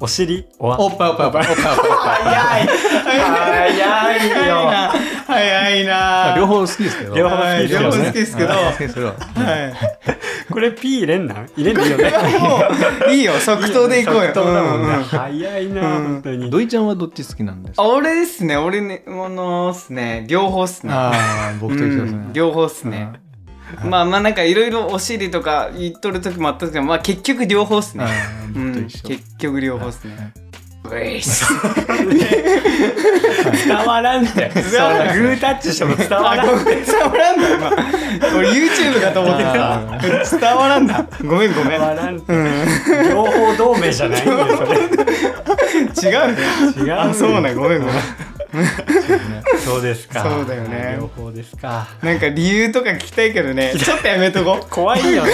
Speaker 2: お尻、おわ。
Speaker 1: おっぱいおっぱいおっぱいおっぱいおっぱい
Speaker 2: 早い。
Speaker 3: 早
Speaker 2: 早い
Speaker 3: い
Speaker 2: よ。
Speaker 3: な早いな
Speaker 1: あ両方好きですけど
Speaker 2: 両方好
Speaker 3: はい
Speaker 2: きです
Speaker 3: 両
Speaker 2: よ
Speaker 3: 方好き
Speaker 2: ね。
Speaker 3: ですけど
Speaker 1: はい好きですけど
Speaker 3: はい
Speaker 2: これ P 入れんなん？入れんでいいよね。
Speaker 3: もういいよ即答でいこうよ
Speaker 2: 即答だもんね
Speaker 3: うんうん
Speaker 2: 早いな
Speaker 3: うん
Speaker 2: 本当に。
Speaker 1: 土井ちゃんはどっち好きなんです
Speaker 3: あ
Speaker 1: か
Speaker 3: 俺ですね俺ねものっすね両方っすね
Speaker 1: ああ僕と一緒です
Speaker 3: うん
Speaker 1: ね
Speaker 3: 両方っすね、まあまあなんかいろいろお尻とか言っとる時もあったけどまあ結局両方っす
Speaker 1: あ
Speaker 3: ね、
Speaker 1: ー
Speaker 3: うん、
Speaker 1: 僕と一緒
Speaker 3: 結局両方っすねうえいっす
Speaker 2: 伝わらんって。そんなグータッチしても伝わらん。
Speaker 3: 伝わらんだ今俺 YouTube かと思って
Speaker 1: あ
Speaker 3: た伝わらんだごめんごめ
Speaker 2: 伝
Speaker 3: ん
Speaker 2: わらんって。両方同盟じゃないんだよそれ。
Speaker 3: 違うね
Speaker 2: 違うよ
Speaker 3: あそうねごめんごめん
Speaker 2: そうですか。
Speaker 3: そうだよね
Speaker 2: 両方ですか。
Speaker 3: なんか理由とか聞きたいけどねちょっとやめとこ
Speaker 2: 怖いよね。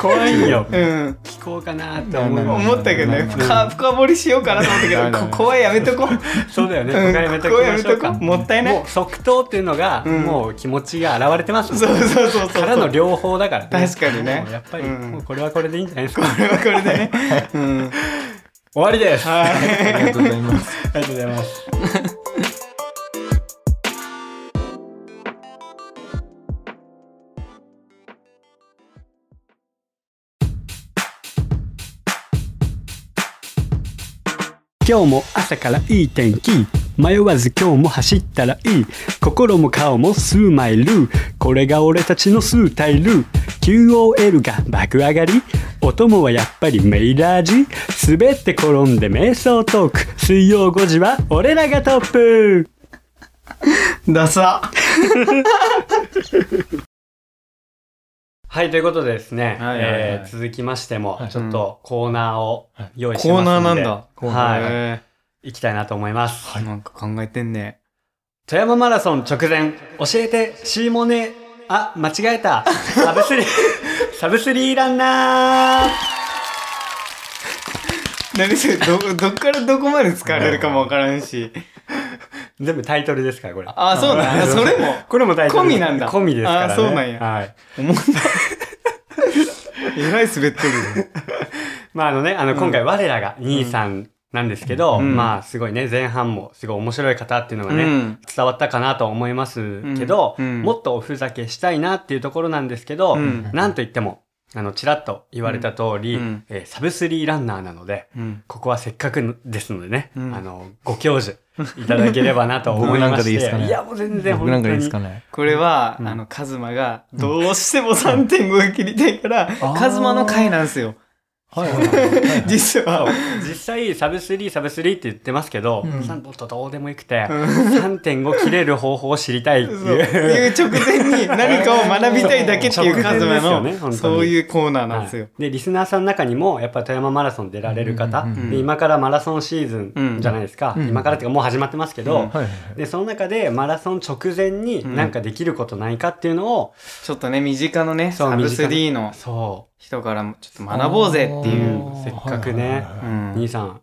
Speaker 2: 怖いよ
Speaker 3: う。うん
Speaker 2: 聞こうかなって思います
Speaker 3: 思ったけどね深深掘りしようかなと思ったけ
Speaker 1: うん
Speaker 3: どここはやめとこう
Speaker 2: そうだよね。
Speaker 3: うん
Speaker 2: ここはやめときましょうか。
Speaker 3: ここはやめとこうもったいない
Speaker 2: もう即答っていうのが、
Speaker 3: ん
Speaker 2: もう気持ちが現れてますもん。
Speaker 3: そうそうそうそう
Speaker 2: からの両方だからね。
Speaker 3: 確かにね
Speaker 2: もうやっぱり、
Speaker 3: うん
Speaker 2: もうこれはこれでいいんじゃないです か。
Speaker 3: これはこれでね うん
Speaker 2: 終わりです。あ
Speaker 3: はい
Speaker 1: ありがとうございます
Speaker 2: りがとうございます。今日も朝からいい天気迷わず今日も走ったらいい心も顔も数マイルこれが俺たちの数タイル QOL が爆上がりお供はやっぱりメイラージ滑って転んで瞑想トーク水曜5時は俺らがトップ
Speaker 3: ダサ
Speaker 2: はいということでですね、
Speaker 3: はいはいはい
Speaker 2: えー続きましても
Speaker 1: はい
Speaker 2: ちょっとコーナーを用意してま
Speaker 3: コー
Speaker 2: すので、
Speaker 3: ナーなんだ。
Speaker 2: はい
Speaker 3: へ
Speaker 2: 行きたいなと思います、
Speaker 3: ーなんか考えてんね。
Speaker 2: 富山マラソン直前教えてシーモネーあ間違え たサブスリーサブスリーランナー
Speaker 3: 何それ、ど、どっからどこまで使われるかもわからんし。
Speaker 2: 全部タイトルですからこれ
Speaker 3: あ、そうなんや。それも。
Speaker 2: これもタイトル
Speaker 3: 込みなんだ
Speaker 2: 込みですからね
Speaker 3: あそうなんや
Speaker 2: はい
Speaker 3: 思 った。えらい滑ってるよ。
Speaker 2: まああのねあの今回我らが兄さんなんですけど、
Speaker 3: うん
Speaker 2: まあすごいね前半もすごい面白い方っていうのがね、
Speaker 3: うん
Speaker 2: 伝わったかなと思いますけど、
Speaker 3: うんうん
Speaker 2: もっとおふざけしたいなっていうところなんですけど、
Speaker 3: うん
Speaker 2: なんといってもあのちらっと言われた通り、
Speaker 3: うんうん
Speaker 2: えーサブスリーランナーなので、
Speaker 3: うん。
Speaker 2: ここはせっかくですのでね、
Speaker 3: うん
Speaker 2: あの、ご教授いただければなと思い
Speaker 1: 僕なん
Speaker 2: ま
Speaker 1: かでい
Speaker 2: し
Speaker 1: いですか
Speaker 2: て。
Speaker 1: ね
Speaker 2: いや、もう全然
Speaker 1: 僕
Speaker 2: 本
Speaker 1: な
Speaker 2: 当
Speaker 1: んかいいです
Speaker 2: に
Speaker 1: か。ね
Speaker 3: これは、あの、カズマが、どうしても3.5が切りたいから、カズマの回なんですよ。
Speaker 1: はいはいはいはい
Speaker 3: 実
Speaker 2: そう
Speaker 3: は。
Speaker 2: 実際、サブスリー、サブスリーって言ってますけど、
Speaker 1: うん
Speaker 2: サンボットどうでもよくて、3.5切れる方法を知りたいって
Speaker 3: そう
Speaker 2: いう。
Speaker 3: いう直前に何かを学びたいだけってい
Speaker 2: 直
Speaker 3: うカ
Speaker 2: 前
Speaker 3: ズマ
Speaker 2: ですよね本当
Speaker 3: の、
Speaker 2: に
Speaker 3: そういうコーナーなん
Speaker 2: は
Speaker 3: ですよ。
Speaker 2: い、でリスナーさんの中にもやっぱ富山マラソン出られる方、
Speaker 1: うんうん
Speaker 3: うん
Speaker 2: で今からマラソンシーズンじゃないですか、
Speaker 1: うん
Speaker 2: 今からっていうかもう始まってますけど、
Speaker 3: うん
Speaker 1: はいはい
Speaker 2: でその中でマラソン直前になんかできることないかっていうのを、
Speaker 3: ちょっとね、身近のね、
Speaker 2: そう
Speaker 3: サブスリーの
Speaker 2: そう
Speaker 3: 人からもちょっと学ぼうぜっていう。
Speaker 2: せっかくね
Speaker 1: はいはいはい
Speaker 3: うん
Speaker 2: 兄さん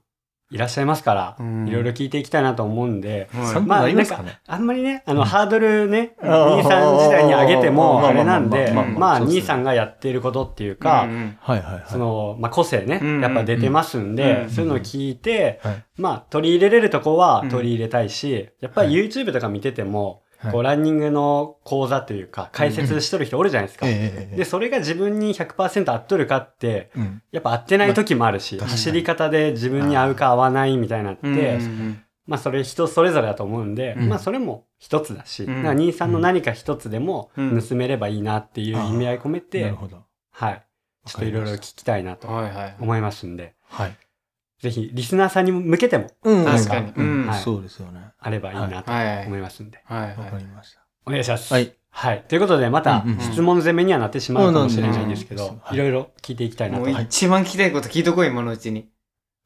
Speaker 2: いらっしゃいますから、
Speaker 3: うん
Speaker 2: いろいろ聞いていきたいなと思うんで、
Speaker 3: はい
Speaker 1: 参考になりますかね
Speaker 2: あんまりねあの、ハードルね
Speaker 1: あー
Speaker 2: 兄さん時代に上げても
Speaker 1: ま
Speaker 2: あ
Speaker 1: あま
Speaker 2: れ
Speaker 1: あま
Speaker 2: な
Speaker 1: あ
Speaker 2: んで
Speaker 1: ま
Speaker 3: あまあ
Speaker 2: まあ
Speaker 1: そうですね
Speaker 2: 兄さんがやっていることっていうか、
Speaker 3: うんうん
Speaker 1: はいはいはい
Speaker 2: そのまあ、個性ね、
Speaker 3: うん
Speaker 2: やっぱ出てますんで、
Speaker 3: うん
Speaker 2: そういうのを聞いて、
Speaker 1: はい
Speaker 2: まあ、取り入れれるとこは
Speaker 3: うん
Speaker 2: 取り入れたいし、やっぱり YouTube とか見てても、こうランニングの講座というか解説しとる人おるじゃないですか。
Speaker 1: ええ
Speaker 2: で、それが自分に100%合っとるかって、
Speaker 1: うん
Speaker 2: やっぱ合ってない時もあるし、
Speaker 1: まあ確かに
Speaker 2: 走り方で自分に合うか合わないみたいなって、
Speaker 3: うんうん
Speaker 2: まあそれ人それぞれだと思うんで、
Speaker 1: うん
Speaker 2: まあそれも一つだし、
Speaker 3: うん
Speaker 2: なんか兄さんの何か一つでも
Speaker 3: うん
Speaker 2: 盗めればいいなっていう意味合い込めて、
Speaker 1: なるほど
Speaker 2: はい、ちょっといろいろ聞きたいなと
Speaker 3: はいはい。
Speaker 2: 思いますんで、
Speaker 1: はい
Speaker 2: ぜひリスナーさんに向けても
Speaker 1: うん
Speaker 3: 確かに
Speaker 1: う
Speaker 3: うん
Speaker 1: ん
Speaker 2: はい
Speaker 1: そうですよね。
Speaker 2: あればいいなと
Speaker 3: はい
Speaker 2: 思いますんで、
Speaker 3: はい
Speaker 1: わか
Speaker 3: は
Speaker 1: り
Speaker 3: い
Speaker 1: ました。
Speaker 2: お願いします。
Speaker 1: はい。
Speaker 2: はい。ということで、また
Speaker 1: うんうんうん
Speaker 2: 質問攻めにはなってしまうかもしれないんですけ
Speaker 1: うんうん
Speaker 2: ど
Speaker 1: うん、はい
Speaker 2: いろいろ聞いていきたいな
Speaker 3: も
Speaker 2: と
Speaker 3: う。一番聞きたいこと聞いとこう今のうちに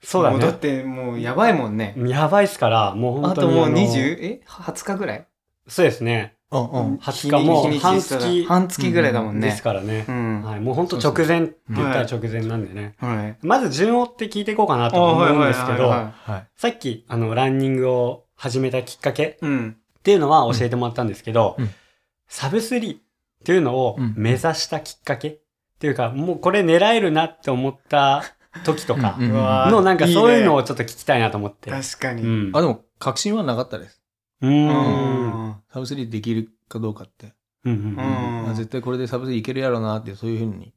Speaker 2: そうだ
Speaker 3: もうだっ
Speaker 2: ね。
Speaker 3: てもうやばいもんね
Speaker 2: やばいっすから、もう本
Speaker 3: あ
Speaker 2: 当に
Speaker 3: と
Speaker 2: の。
Speaker 3: もう 20? え20日ぐらい
Speaker 2: そうですね。
Speaker 1: あ、うん。
Speaker 2: 20日もう
Speaker 3: 日に日
Speaker 2: 半
Speaker 3: にちしたら
Speaker 2: 月
Speaker 3: 半月ぐらいだもん
Speaker 2: で
Speaker 3: ね
Speaker 2: すからね
Speaker 3: う。ん
Speaker 2: はい。もう本当直前って言ったら直前なんでね。
Speaker 3: はい
Speaker 2: まず順を追って聞いていこうかなと思うんですけ
Speaker 3: あはいはいはい
Speaker 2: ど
Speaker 3: は、
Speaker 1: はい。
Speaker 2: さっき、あの、ランニングを始めたきっかけ
Speaker 3: うん
Speaker 2: っていうのは教えてもらったんですけど、
Speaker 1: うん
Speaker 2: サブスリーっていうのを
Speaker 1: うん
Speaker 2: 目指したきっかけっていうか、もうこれ狙えるなって思った時とか
Speaker 1: うん
Speaker 3: うわー
Speaker 2: のなんかそういうの
Speaker 3: い
Speaker 2: をちょっと聞きたいなと思って。
Speaker 3: いね確か
Speaker 2: う
Speaker 3: に
Speaker 2: ん。
Speaker 1: あ、でも、確信はなかったです。
Speaker 2: うー。
Speaker 3: うんん
Speaker 1: サブスリーできるかどうかって。
Speaker 2: うんうんうん
Speaker 3: うん
Speaker 1: あ絶対これでサブスリーいけるやろうなって、そういうふうに。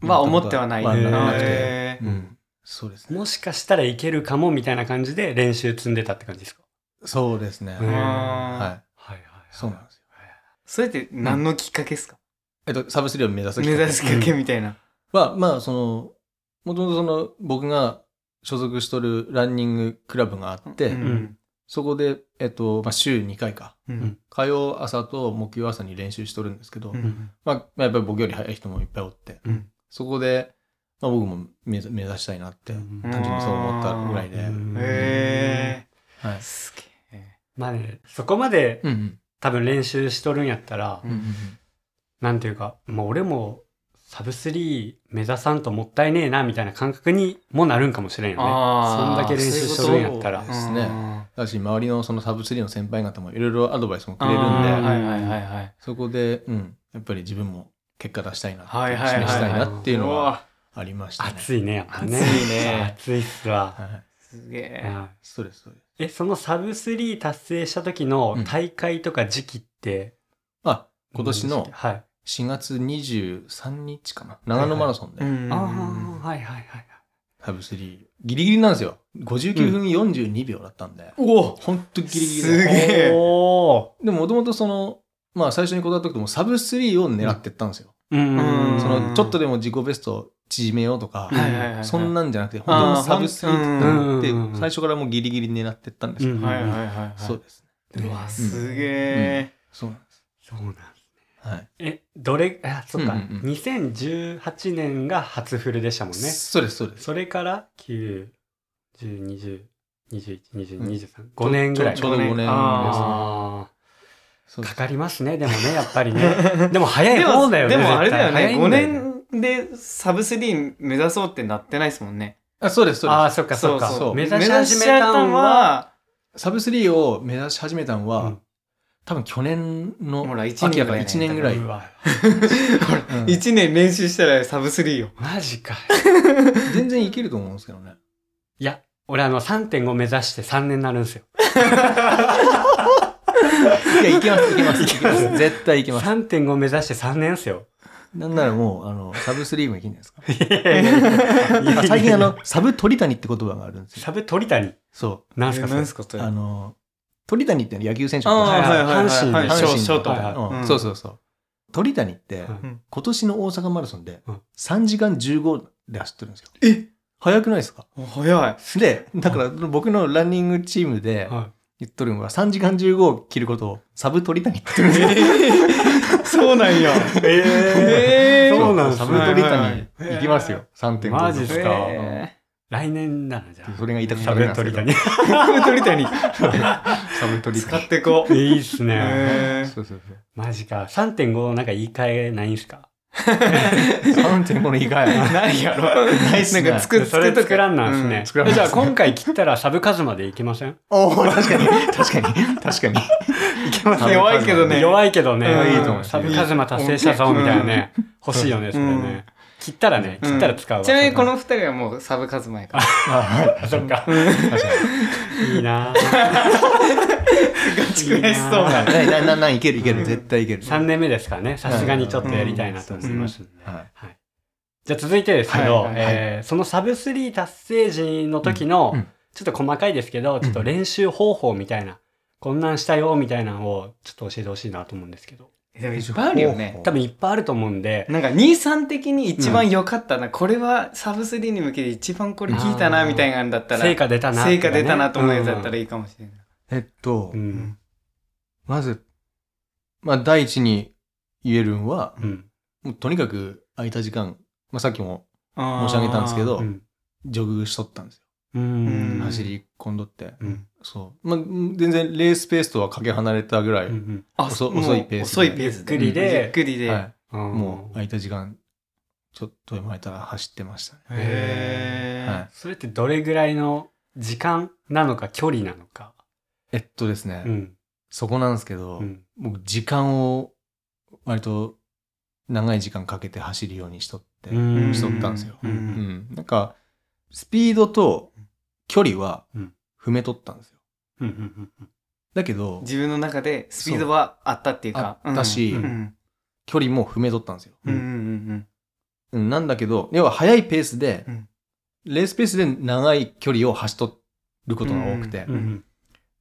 Speaker 3: まあ思ってはない
Speaker 1: まあな
Speaker 2: ら
Speaker 1: なくて。
Speaker 3: へ
Speaker 1: う
Speaker 3: ー
Speaker 1: ん。そうですね。
Speaker 2: もしかしたらいけるかもみたいな感じで練習積んでたって感じですか
Speaker 1: そうですね。
Speaker 2: うん
Speaker 1: は
Speaker 3: あー
Speaker 1: い。
Speaker 2: はいはい。
Speaker 1: そうなんですよ。
Speaker 3: それって何のきっかけですか
Speaker 1: えっと、サブスリーを目指す
Speaker 3: 目指すきっかけみたいな
Speaker 1: は、まあ、その、もともとその、僕が所属しとるランニングクラブがあって、
Speaker 3: うん
Speaker 1: そこで、えっと、まあ、週2回か。
Speaker 3: うん
Speaker 1: 火曜朝と木曜朝に練習しとるんですけど、
Speaker 3: うん
Speaker 2: うん
Speaker 1: まあ、まあやっぱり僕より早い人もいっぱいおって、
Speaker 2: うん
Speaker 1: そこで、まあ、僕も目指目指したいなって、
Speaker 2: うん
Speaker 1: 単純にそう思ったぐらいで、
Speaker 2: うん
Speaker 3: へ
Speaker 1: はい
Speaker 3: え。すげえ
Speaker 2: まあね、そこまで
Speaker 1: うんうん
Speaker 2: 多分練習しとるんやったら、
Speaker 1: うんうん
Speaker 2: なんていうか、もう俺もサブ3目指さんともったいねえなみたいな感覚にもなるんかもしれんよね。そ
Speaker 3: あ
Speaker 2: ん
Speaker 3: ー
Speaker 2: だけ練習しとるんやったら
Speaker 1: そういうこと。ですね
Speaker 3: うん
Speaker 1: だし、周りのそのサブスリーの先輩方もいろいろアドバイスもくれるんで、
Speaker 3: あ
Speaker 2: あ
Speaker 3: ーはいはいはいはい
Speaker 1: そこで、うん、やっぱり自分も結果出したいなって、
Speaker 3: はいはいはい
Speaker 1: 示したいなっていうの
Speaker 3: う
Speaker 1: は
Speaker 3: わ
Speaker 1: ありましたね。
Speaker 2: 暑いね、やっぱね。
Speaker 3: 暑いね
Speaker 2: 暑いっすわ。
Speaker 1: はい。
Speaker 3: すげ
Speaker 2: う
Speaker 3: え
Speaker 2: ん
Speaker 1: そうです、そうです。
Speaker 2: え、そのサブ3達成した時の
Speaker 1: うん
Speaker 2: 大会とか時期って、
Speaker 1: あ、今年の
Speaker 2: はい。
Speaker 1: 4月23日かな。長野マラソンで、
Speaker 3: うん
Speaker 2: ああ、はいはいはい。
Speaker 1: サブスリー。ギリギリなんですよ。59分42秒だったんで。
Speaker 3: おお
Speaker 1: ほんとギリギリ
Speaker 3: すげ
Speaker 1: で。
Speaker 3: え
Speaker 2: お
Speaker 1: でももともとその、まあ最初に断った時もサブスリーを狙ってったんですよ。
Speaker 2: ーうん
Speaker 3: うん
Speaker 1: その、ちょっとでも自己ベストを縮めようとか、
Speaker 2: ん
Speaker 1: そんなんじゃなくて、本
Speaker 3: あー
Speaker 1: 当にサブスリー
Speaker 2: う
Speaker 1: だ
Speaker 2: ん
Speaker 1: なって
Speaker 2: うん、
Speaker 1: 最初からもうギリギリ狙ってったんですよ。
Speaker 2: うん
Speaker 3: はいはいはいはい
Speaker 1: そうですね。
Speaker 3: うわすげえ
Speaker 1: そうなんです。
Speaker 2: そうなん
Speaker 1: はい。
Speaker 2: え、どれ、あ、そっか、
Speaker 1: うんうんうん
Speaker 2: 2018年が初フルでしたもんね。
Speaker 1: そうです、そうです。
Speaker 2: それから9、10、20、21、22、
Speaker 1: うん
Speaker 2: 23、5年ぐらい。
Speaker 1: ちょうど5年ですね。
Speaker 2: あ
Speaker 1: そう
Speaker 2: あ、
Speaker 1: で
Speaker 2: か
Speaker 1: す
Speaker 2: かりますね、でもね、やっぱりね。でも早い方だよね。
Speaker 3: でもでもあれだよね
Speaker 2: 5
Speaker 3: 5年でサブスリー目指そうってなってないですもんね
Speaker 1: あそうです、そう
Speaker 2: あ
Speaker 1: で
Speaker 2: あ、そっかそっか。
Speaker 1: そうそう
Speaker 2: 目指し始めたん
Speaker 3: 目指し始めたん
Speaker 2: は、
Speaker 3: は
Speaker 1: す。サブスリーを目指し始めたのは、
Speaker 2: うん
Speaker 1: 多分去年の
Speaker 3: ほら1年
Speaker 1: 秋やから1年ぐ らい。
Speaker 2: うわ
Speaker 1: うん
Speaker 3: 1年練習したらサブスリーよ
Speaker 2: マジか。
Speaker 1: 全然いけると思うんですけどね。
Speaker 2: いや、俺あの3.5目指して3年になるんですよ。
Speaker 1: いや、いけます、いけます、いけ ます。絶対いけます。
Speaker 2: 3.5目指して3年っすよ。
Speaker 1: なんならもう、あの、サブスリーもいけんじゃないですか。
Speaker 2: いやいやいやいやいや
Speaker 1: 最近あの、サブ鳥谷って言葉があるんですよ。
Speaker 2: サブ鳥谷。
Speaker 1: そ。
Speaker 2: なんすかそれ
Speaker 3: 何すかそうれ
Speaker 1: あの、鳥谷って野球選手
Speaker 3: あ
Speaker 1: の
Speaker 2: ー
Speaker 3: あはいはいはい
Speaker 2: 阪神
Speaker 3: は
Speaker 1: 阪
Speaker 3: い
Speaker 1: 神の
Speaker 3: ショート
Speaker 1: はい
Speaker 2: はい
Speaker 1: うん
Speaker 3: うん
Speaker 1: そうそうそう。鳥谷って、
Speaker 2: はい
Speaker 1: 今年の大阪マラソンで
Speaker 2: うん、
Speaker 1: 3時間15で走ってるんですよ。
Speaker 3: え
Speaker 1: 早くないですか
Speaker 3: 早 い
Speaker 1: で、だから僕のランニングチームで
Speaker 2: は
Speaker 1: 言っとるのが、3時間15を切ることをサブ鳥谷って言ってるんですよ。
Speaker 3: そうなんや
Speaker 2: い。え
Speaker 3: え
Speaker 2: そうなんです
Speaker 1: サ
Speaker 2: ね
Speaker 1: ブ鳥谷行きますよ。3.5。
Speaker 2: マジっすか
Speaker 3: え
Speaker 2: 来年なのじゃあ。
Speaker 1: それが言いたくて
Speaker 2: サブ鳥谷。
Speaker 3: サブ鳥谷
Speaker 1: サブ鳥
Speaker 3: 使
Speaker 1: 谷。
Speaker 3: ってこ
Speaker 2: いういっす ね。
Speaker 3: へー
Speaker 1: そうそうそう。
Speaker 2: マジか。3.5なんか言い換えないんすか
Speaker 1: 3.5の以外。
Speaker 3: ないやろ。ない
Speaker 1: すね
Speaker 3: なんか作
Speaker 2: それ作らんなんすね。
Speaker 1: 作らんなん
Speaker 2: じ
Speaker 1: す
Speaker 2: ゃ
Speaker 1: ね
Speaker 2: あ今回切ったらサブカズまでいきません
Speaker 1: おお確かに、確かに、確かに。
Speaker 3: うん弱いけどね。
Speaker 2: 弱いけどね
Speaker 3: うんいいと
Speaker 1: 思う
Speaker 2: サブカズマ達成したぞみたいなね。欲しいよね、それ
Speaker 3: う
Speaker 2: ね
Speaker 3: ん。
Speaker 2: 切ったらね、
Speaker 3: うん
Speaker 2: 切ったら使うわ。
Speaker 3: ちなみにこの二人はもうサブカズマ やから。
Speaker 2: あ、そっか。
Speaker 1: 確か
Speaker 2: いいなぁ。
Speaker 3: ガチ悔しそうな。
Speaker 1: に。な、な、な、いけるいける、絶対いける。
Speaker 2: 3年目ですからね、さすがにちょっとやりたいなと思いますんで。
Speaker 1: うんはい
Speaker 2: はいじゃあ続いてですけど、
Speaker 3: はいはいはい
Speaker 2: えーそのサブ3達成時の時の、
Speaker 1: うんうん
Speaker 2: ちょっと細かいですけど、ちょっと練習方法みたいな、こんなんしたよみたいなのをちょっと教えてほしいなと思うんですけど。
Speaker 3: でもいっぱいあるよ
Speaker 1: ほ
Speaker 3: ね
Speaker 1: う。
Speaker 2: 多分いっぱいあると思うんで、
Speaker 3: なんか23的に一番良かったな、これはサブスリーに向けて一番これ聞いたな
Speaker 2: あー
Speaker 3: みたいなんだったら
Speaker 2: 成果出たな、
Speaker 3: 成果出たなと思うやつだったら
Speaker 2: いい。
Speaker 3: いいかもしれない、
Speaker 1: えっと、
Speaker 2: うん。
Speaker 1: まず、まあ、第一に言えるんは、
Speaker 2: うん。
Speaker 1: もうとにかく空いた時間、まあ、さっきも
Speaker 3: あー
Speaker 1: 申し上げたんですけど
Speaker 2: うん。
Speaker 1: ジョグしとったんですよ。
Speaker 2: うん。
Speaker 1: 走り込んどって。
Speaker 2: うん。
Speaker 1: そう。まあ、全然レースペースとはかけ離れたぐらい、
Speaker 2: うん。
Speaker 3: あ
Speaker 1: 遅
Speaker 3: もう
Speaker 1: 遅いペースで
Speaker 3: 遅いペース
Speaker 2: ゆっくりで
Speaker 3: ゆっくりで、
Speaker 1: は
Speaker 2: う
Speaker 1: い、
Speaker 2: ん
Speaker 1: もう空いた時間、ちょっと前から走ってましたね。
Speaker 3: へー
Speaker 1: はい
Speaker 2: それってどれぐらいの時間なのか距離なのか。
Speaker 1: えっとですね、
Speaker 2: うん。
Speaker 1: そこなんですけど、
Speaker 2: うん。
Speaker 1: 僕、時間を割と長い時間かけて走るようにしとって、
Speaker 2: うん
Speaker 1: しとったんですよ。
Speaker 2: う
Speaker 1: うんんなんか、スピードと距離は
Speaker 2: うん
Speaker 1: 踏めとったんですよ。
Speaker 2: うんうん
Speaker 1: だけど、
Speaker 3: 自分の中でスピードはあったっていうか
Speaker 1: そうあったし
Speaker 3: うんうん
Speaker 1: 距離も踏めとったんですよ。
Speaker 3: うんうん
Speaker 1: うん、なんだけど、要は速いペースで、
Speaker 3: うん
Speaker 1: レースペースで長い距離を走っとることが多くて、
Speaker 2: うんうん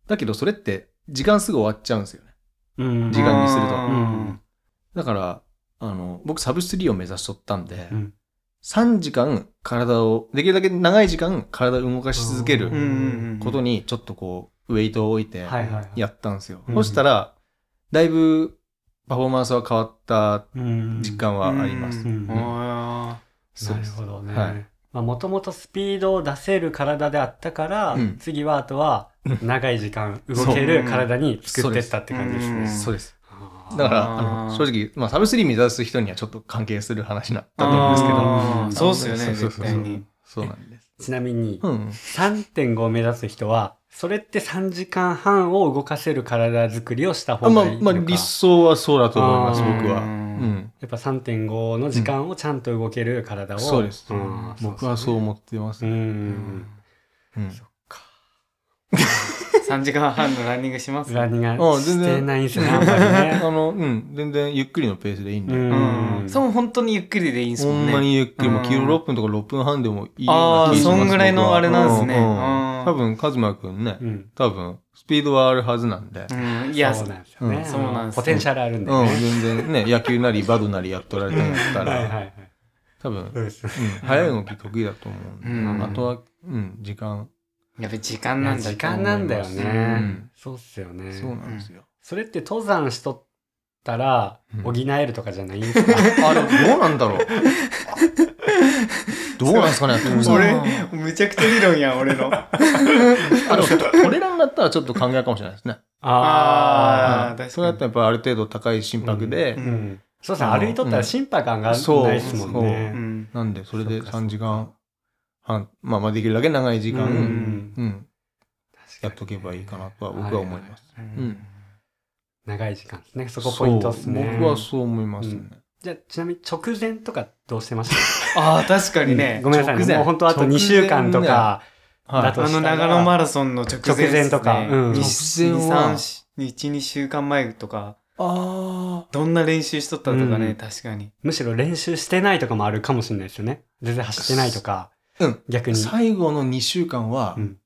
Speaker 1: だけどそれって時間すぐ終わっちゃうんですよね。
Speaker 2: うんうん
Speaker 1: 時間にすると
Speaker 3: うん
Speaker 1: だから、あの、僕サブスリーを目指しとったんで、
Speaker 2: うん
Speaker 1: 3時間体を、できるだけ長い時間体を動かし続け
Speaker 2: う
Speaker 3: うん
Speaker 2: ん
Speaker 1: る
Speaker 3: うん
Speaker 1: ことにちょっとこう、ウェイトを置いて
Speaker 2: はいはいはい
Speaker 1: やったんですよ。
Speaker 2: うん
Speaker 1: そしたら、だいぶパフォーマンスは変わった
Speaker 2: うん
Speaker 1: 実感はあります。
Speaker 2: うんうん
Speaker 3: あ
Speaker 1: そう
Speaker 2: な
Speaker 1: で
Speaker 2: る
Speaker 1: す
Speaker 2: ほどね。
Speaker 1: はい
Speaker 2: まあもともとスピードを出せる体であったから、
Speaker 1: うん
Speaker 2: 次はあとは長い時間動ける体に作ってったって感じですね。
Speaker 3: うん
Speaker 1: そうです。
Speaker 2: あー
Speaker 1: だから、
Speaker 3: あ
Speaker 1: あ
Speaker 3: ー
Speaker 1: の正直、まあ、サブスリー目指す人にはちょっと関係する話だったと思うんですけど、
Speaker 3: あーそうっすよね
Speaker 1: そうそう
Speaker 3: 絶
Speaker 1: そう
Speaker 3: 対に
Speaker 1: そうなんです。
Speaker 2: ちなみに
Speaker 1: うん。
Speaker 2: 3.5を目指す人は、それって3時間半を動かせる体作りをした
Speaker 1: あ
Speaker 2: 方
Speaker 1: まあ
Speaker 2: がいいの、か、
Speaker 1: まあ、理想はそうだと思います、
Speaker 2: あー
Speaker 1: 僕は。
Speaker 3: う
Speaker 1: うんん。
Speaker 2: やっぱ3.5の時間をちゃんと動ける体を。
Speaker 1: そうです
Speaker 2: ん。
Speaker 1: 僕はそう
Speaker 2: う
Speaker 1: 思ってま
Speaker 2: です
Speaker 1: す。
Speaker 2: ね。う
Speaker 3: ー
Speaker 2: ん。
Speaker 1: うん
Speaker 3: 3時間半のランニングします
Speaker 2: 裏にが
Speaker 1: あ
Speaker 2: し
Speaker 1: 全
Speaker 2: て
Speaker 1: 然
Speaker 2: ないんですよね、あんま り
Speaker 1: あ
Speaker 2: ね。
Speaker 1: の、うん、全然ゆっくりのペースでいいんで。
Speaker 2: うん
Speaker 3: うんそう本当にゆっくりでいいんです
Speaker 1: ほ
Speaker 3: もん
Speaker 1: ん
Speaker 3: ね
Speaker 1: まにゆっくり、もう
Speaker 3: うん
Speaker 1: 6分とか6分半でもいいよう
Speaker 3: あ
Speaker 1: な
Speaker 3: ー
Speaker 1: 気がします
Speaker 3: そんぐらいの
Speaker 1: 僕は
Speaker 3: あれなんすね
Speaker 1: う
Speaker 3: うん
Speaker 1: 多分、カズマくんね、
Speaker 2: うん。
Speaker 1: 多分、スピードはあるはずなんで。
Speaker 3: うんい
Speaker 2: いや、
Speaker 3: や
Speaker 2: そうなんですよ
Speaker 1: う
Speaker 2: ね。
Speaker 1: ん
Speaker 3: そうなんです
Speaker 2: ポテンシャルあるんで
Speaker 1: うん、
Speaker 2: ね。
Speaker 1: 全然ね、野球なりバドなりやっとられたんやった
Speaker 2: はいはいは
Speaker 1: ら、
Speaker 2: い。
Speaker 1: 多分、
Speaker 2: そうです。
Speaker 1: うん、早い動き得意だと思うんで、
Speaker 3: うん
Speaker 1: あとは、うん、時間、
Speaker 3: やっぱ時間なんだ
Speaker 2: 時間なんだよ
Speaker 1: う
Speaker 2: ね
Speaker 1: ん。
Speaker 2: そうっすよね。
Speaker 1: そうなんですよ。
Speaker 2: それって登山しとったら
Speaker 1: うん
Speaker 2: 補えるとかじゃないんですか
Speaker 1: あれ、どうなんだろう。どうなんです かね、登山
Speaker 3: 俺むちゃくちゃ理論やん俺の
Speaker 1: あ、でも、トレランだったらちょっと考えるかもしれないですね。
Speaker 3: あー
Speaker 1: うん
Speaker 3: 確かに
Speaker 1: それだったらやっぱりある程度高い心拍で、
Speaker 2: う
Speaker 3: うん
Speaker 2: ん。そうさ、
Speaker 1: うん
Speaker 2: 歩いとったら心拍感がない
Speaker 1: そう
Speaker 2: ですもん
Speaker 3: う
Speaker 2: ね。
Speaker 3: ん
Speaker 1: なんで、それで
Speaker 2: そっかそっか
Speaker 1: 3時間半、まあまあできるだけ長い時間、
Speaker 2: う
Speaker 1: うんん、
Speaker 2: 確か
Speaker 1: や
Speaker 2: に
Speaker 1: っとけばいいかなとは僕は思います。
Speaker 3: う
Speaker 1: うん
Speaker 3: ん
Speaker 2: 長い時間ですね。そこポイントです
Speaker 1: そう
Speaker 2: ね。
Speaker 1: 僕はそう思いますね。
Speaker 2: じゃあ、ちなみに直前とかどうしてました
Speaker 3: ああ確かにね
Speaker 2: ごめんなさい
Speaker 1: 直
Speaker 2: ね。
Speaker 1: 前
Speaker 2: もう本当あと
Speaker 1: 直前ね
Speaker 2: 2週間とか。
Speaker 1: は
Speaker 2: だ
Speaker 1: い
Speaker 2: と
Speaker 3: あの長野マラソンの直前,、
Speaker 2: 直前とかうん
Speaker 1: 直前は
Speaker 3: 12週間前とか
Speaker 1: あ
Speaker 3: どんな練習しとったとかね、
Speaker 2: うん
Speaker 3: 確かに
Speaker 2: むしろ練習してないとかもあるかもしれないですよね。全然走ってないとか。
Speaker 1: うん
Speaker 2: 逆
Speaker 1: あ。
Speaker 2: に。
Speaker 1: 最後の2週間は
Speaker 2: うん、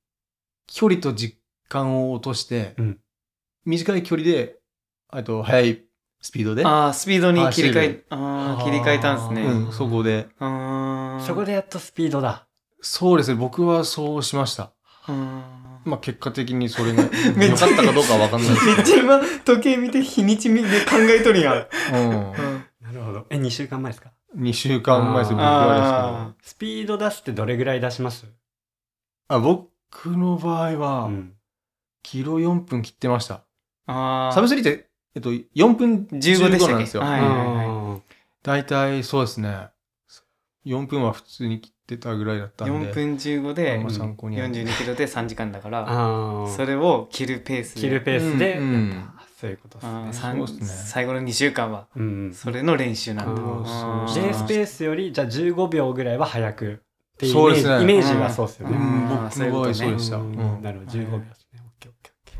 Speaker 1: 距離と実感を落として、
Speaker 2: うん
Speaker 1: 短い距離で、あと、速いスピードで、
Speaker 3: ああスピードに切り替
Speaker 1: 走
Speaker 3: えああ切り替えたんですね、
Speaker 1: う
Speaker 3: うん
Speaker 1: ん、そこで。
Speaker 3: あー
Speaker 2: そこでやっとスピードだ。
Speaker 1: そうですね、僕はそうしました。
Speaker 3: あー
Speaker 1: まあ結果的にそれが
Speaker 3: めっ
Speaker 1: 良
Speaker 3: ち
Speaker 1: か
Speaker 3: ゃ
Speaker 1: ったかどうかは分かんないです
Speaker 3: めっちゃ今時計見て日にち見て考えとるやん、
Speaker 1: けど、うん
Speaker 2: なるほど。え、2週間前ですか
Speaker 1: 2週間前ですよ、僕はです
Speaker 3: あ
Speaker 2: スピード出すってどれぐらい出します
Speaker 1: けど。あ、僕の場合
Speaker 2: う
Speaker 1: は、
Speaker 2: ん。
Speaker 1: キロ4分切ってました。
Speaker 3: あ
Speaker 1: サブスリーって、えっと、4分
Speaker 3: 15でしたっけ
Speaker 1: なんですよ。
Speaker 3: はいはい
Speaker 2: あ
Speaker 1: 大体そうですね。4分は普通に切ってたぐらいだったんで。
Speaker 3: 4分15
Speaker 1: あ
Speaker 3: で
Speaker 1: んま参考にならない
Speaker 3: 42キロで3時間だから
Speaker 2: あ
Speaker 3: それを切るペースで
Speaker 2: 切るペースで、
Speaker 1: うんうん
Speaker 2: あそういうことです
Speaker 3: あ
Speaker 2: ね
Speaker 3: ー。さん
Speaker 1: そうっすね
Speaker 3: 最後の2週間は
Speaker 2: うん。
Speaker 3: それの練習なんだ
Speaker 2: あー
Speaker 3: あ
Speaker 1: そう
Speaker 2: レ
Speaker 1: そう
Speaker 2: ースペースより、じゃあ15秒ぐらいは早くっていうイメ
Speaker 1: そう
Speaker 2: ー
Speaker 1: で
Speaker 2: ジ
Speaker 1: すね
Speaker 2: イメージはそうですよ
Speaker 1: う
Speaker 2: ね。
Speaker 1: ん、
Speaker 3: あー
Speaker 1: 僕
Speaker 3: そういう
Speaker 1: の
Speaker 3: こ
Speaker 1: 場合
Speaker 3: とね
Speaker 1: そうでした。
Speaker 2: ん
Speaker 1: うん
Speaker 2: なるほど、15秒ですね。オッケーオッケーオッケー。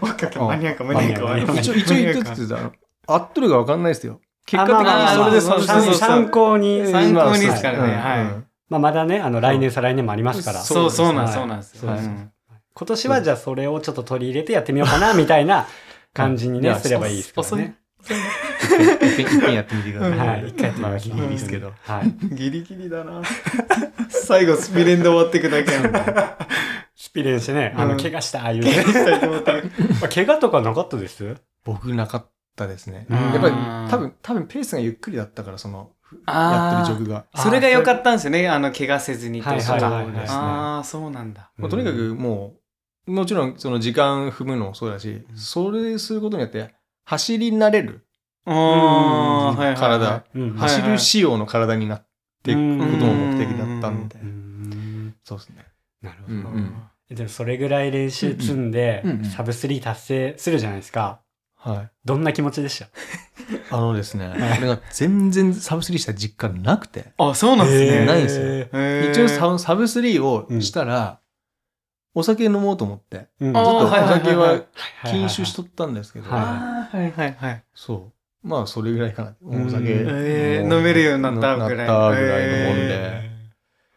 Speaker 3: オッケーオッケー
Speaker 1: うん
Speaker 3: マニアックマニアック
Speaker 2: マニアック
Speaker 3: マニアック
Speaker 1: 一応、一応言っとくと、あの合っとるか分かんないですよ。結果的
Speaker 3: まあまあ
Speaker 1: にそれで
Speaker 3: まあまあ
Speaker 1: サブスリー
Speaker 3: そうそうそう
Speaker 2: 参考に。
Speaker 3: 参考にですからね
Speaker 1: うん
Speaker 3: はい
Speaker 1: うん
Speaker 2: まあ、まだね、あの、来年、再来年もありますから。
Speaker 3: そうそうなん
Speaker 2: はい
Speaker 3: そうなんですよ
Speaker 2: そう
Speaker 1: です
Speaker 3: うん
Speaker 2: 今年はじゃあそれをちょっと取り入れてやってみようかな、みたいな感じに
Speaker 1: い
Speaker 2: ね、
Speaker 1: や
Speaker 2: すればいいですからね。
Speaker 3: 遅い
Speaker 1: 一遍一遍やってみてください。
Speaker 2: はい一回やってみます
Speaker 1: まあいいですけど。
Speaker 2: はい。
Speaker 3: ギリギリだな。 最後、スピレンで終わっていくだ けなんだ。
Speaker 2: スピレンしてね、あ
Speaker 3: う
Speaker 2: の、
Speaker 3: ん
Speaker 2: 怪我した、ああいう。
Speaker 3: 最後終わっ て
Speaker 2: まあ怪我とかなかったです
Speaker 1: 僕なかったですね。
Speaker 2: うん
Speaker 1: やっぱり多分、多分ペースがゆっくりだったから、その、や
Speaker 3: あ
Speaker 1: って
Speaker 3: ー
Speaker 1: るジョグが。
Speaker 3: それが良かったんですよね。あの、怪我せずにって
Speaker 2: はい
Speaker 3: こと
Speaker 2: はいはい
Speaker 1: そう
Speaker 2: はい。
Speaker 1: ですね
Speaker 3: ああ、そうなんだ。
Speaker 1: もうとにかくもう、もちろんその時間踏むのもそうだし、それすることによって走り慣れる
Speaker 3: ああ、はいはいはい。
Speaker 1: 体、
Speaker 2: うん、
Speaker 3: はい
Speaker 1: 走る仕様の体になっていくことも目的だったんで
Speaker 2: う、ん
Speaker 1: そうですね。
Speaker 2: なるほ
Speaker 1: う
Speaker 2: ど。
Speaker 1: んうん
Speaker 2: でもそれぐらい練習積んで
Speaker 1: うんうんうんうん
Speaker 2: サブ3達成するじゃないですか。
Speaker 1: はい。
Speaker 2: どんな気持ちでした
Speaker 1: あのですね、これが全然サブスリーした実感なくて、
Speaker 3: あ、そうなんです
Speaker 1: へー
Speaker 3: ね。
Speaker 1: ないですよ
Speaker 3: へー
Speaker 1: 一応サブサブスリーをしたら、お酒飲もうと思って、
Speaker 2: うん
Speaker 1: ち
Speaker 3: あ
Speaker 1: ょっとお酒
Speaker 3: はいはいはいは
Speaker 1: はい禁酒しとったんですけど、
Speaker 2: はい
Speaker 3: ああ、はいはいはい。
Speaker 1: そう。まあ、それぐらいかな。もうお酒、
Speaker 2: うん
Speaker 3: えー飲めるようになったぐらい
Speaker 1: なったぐらいのもんで。
Speaker 2: え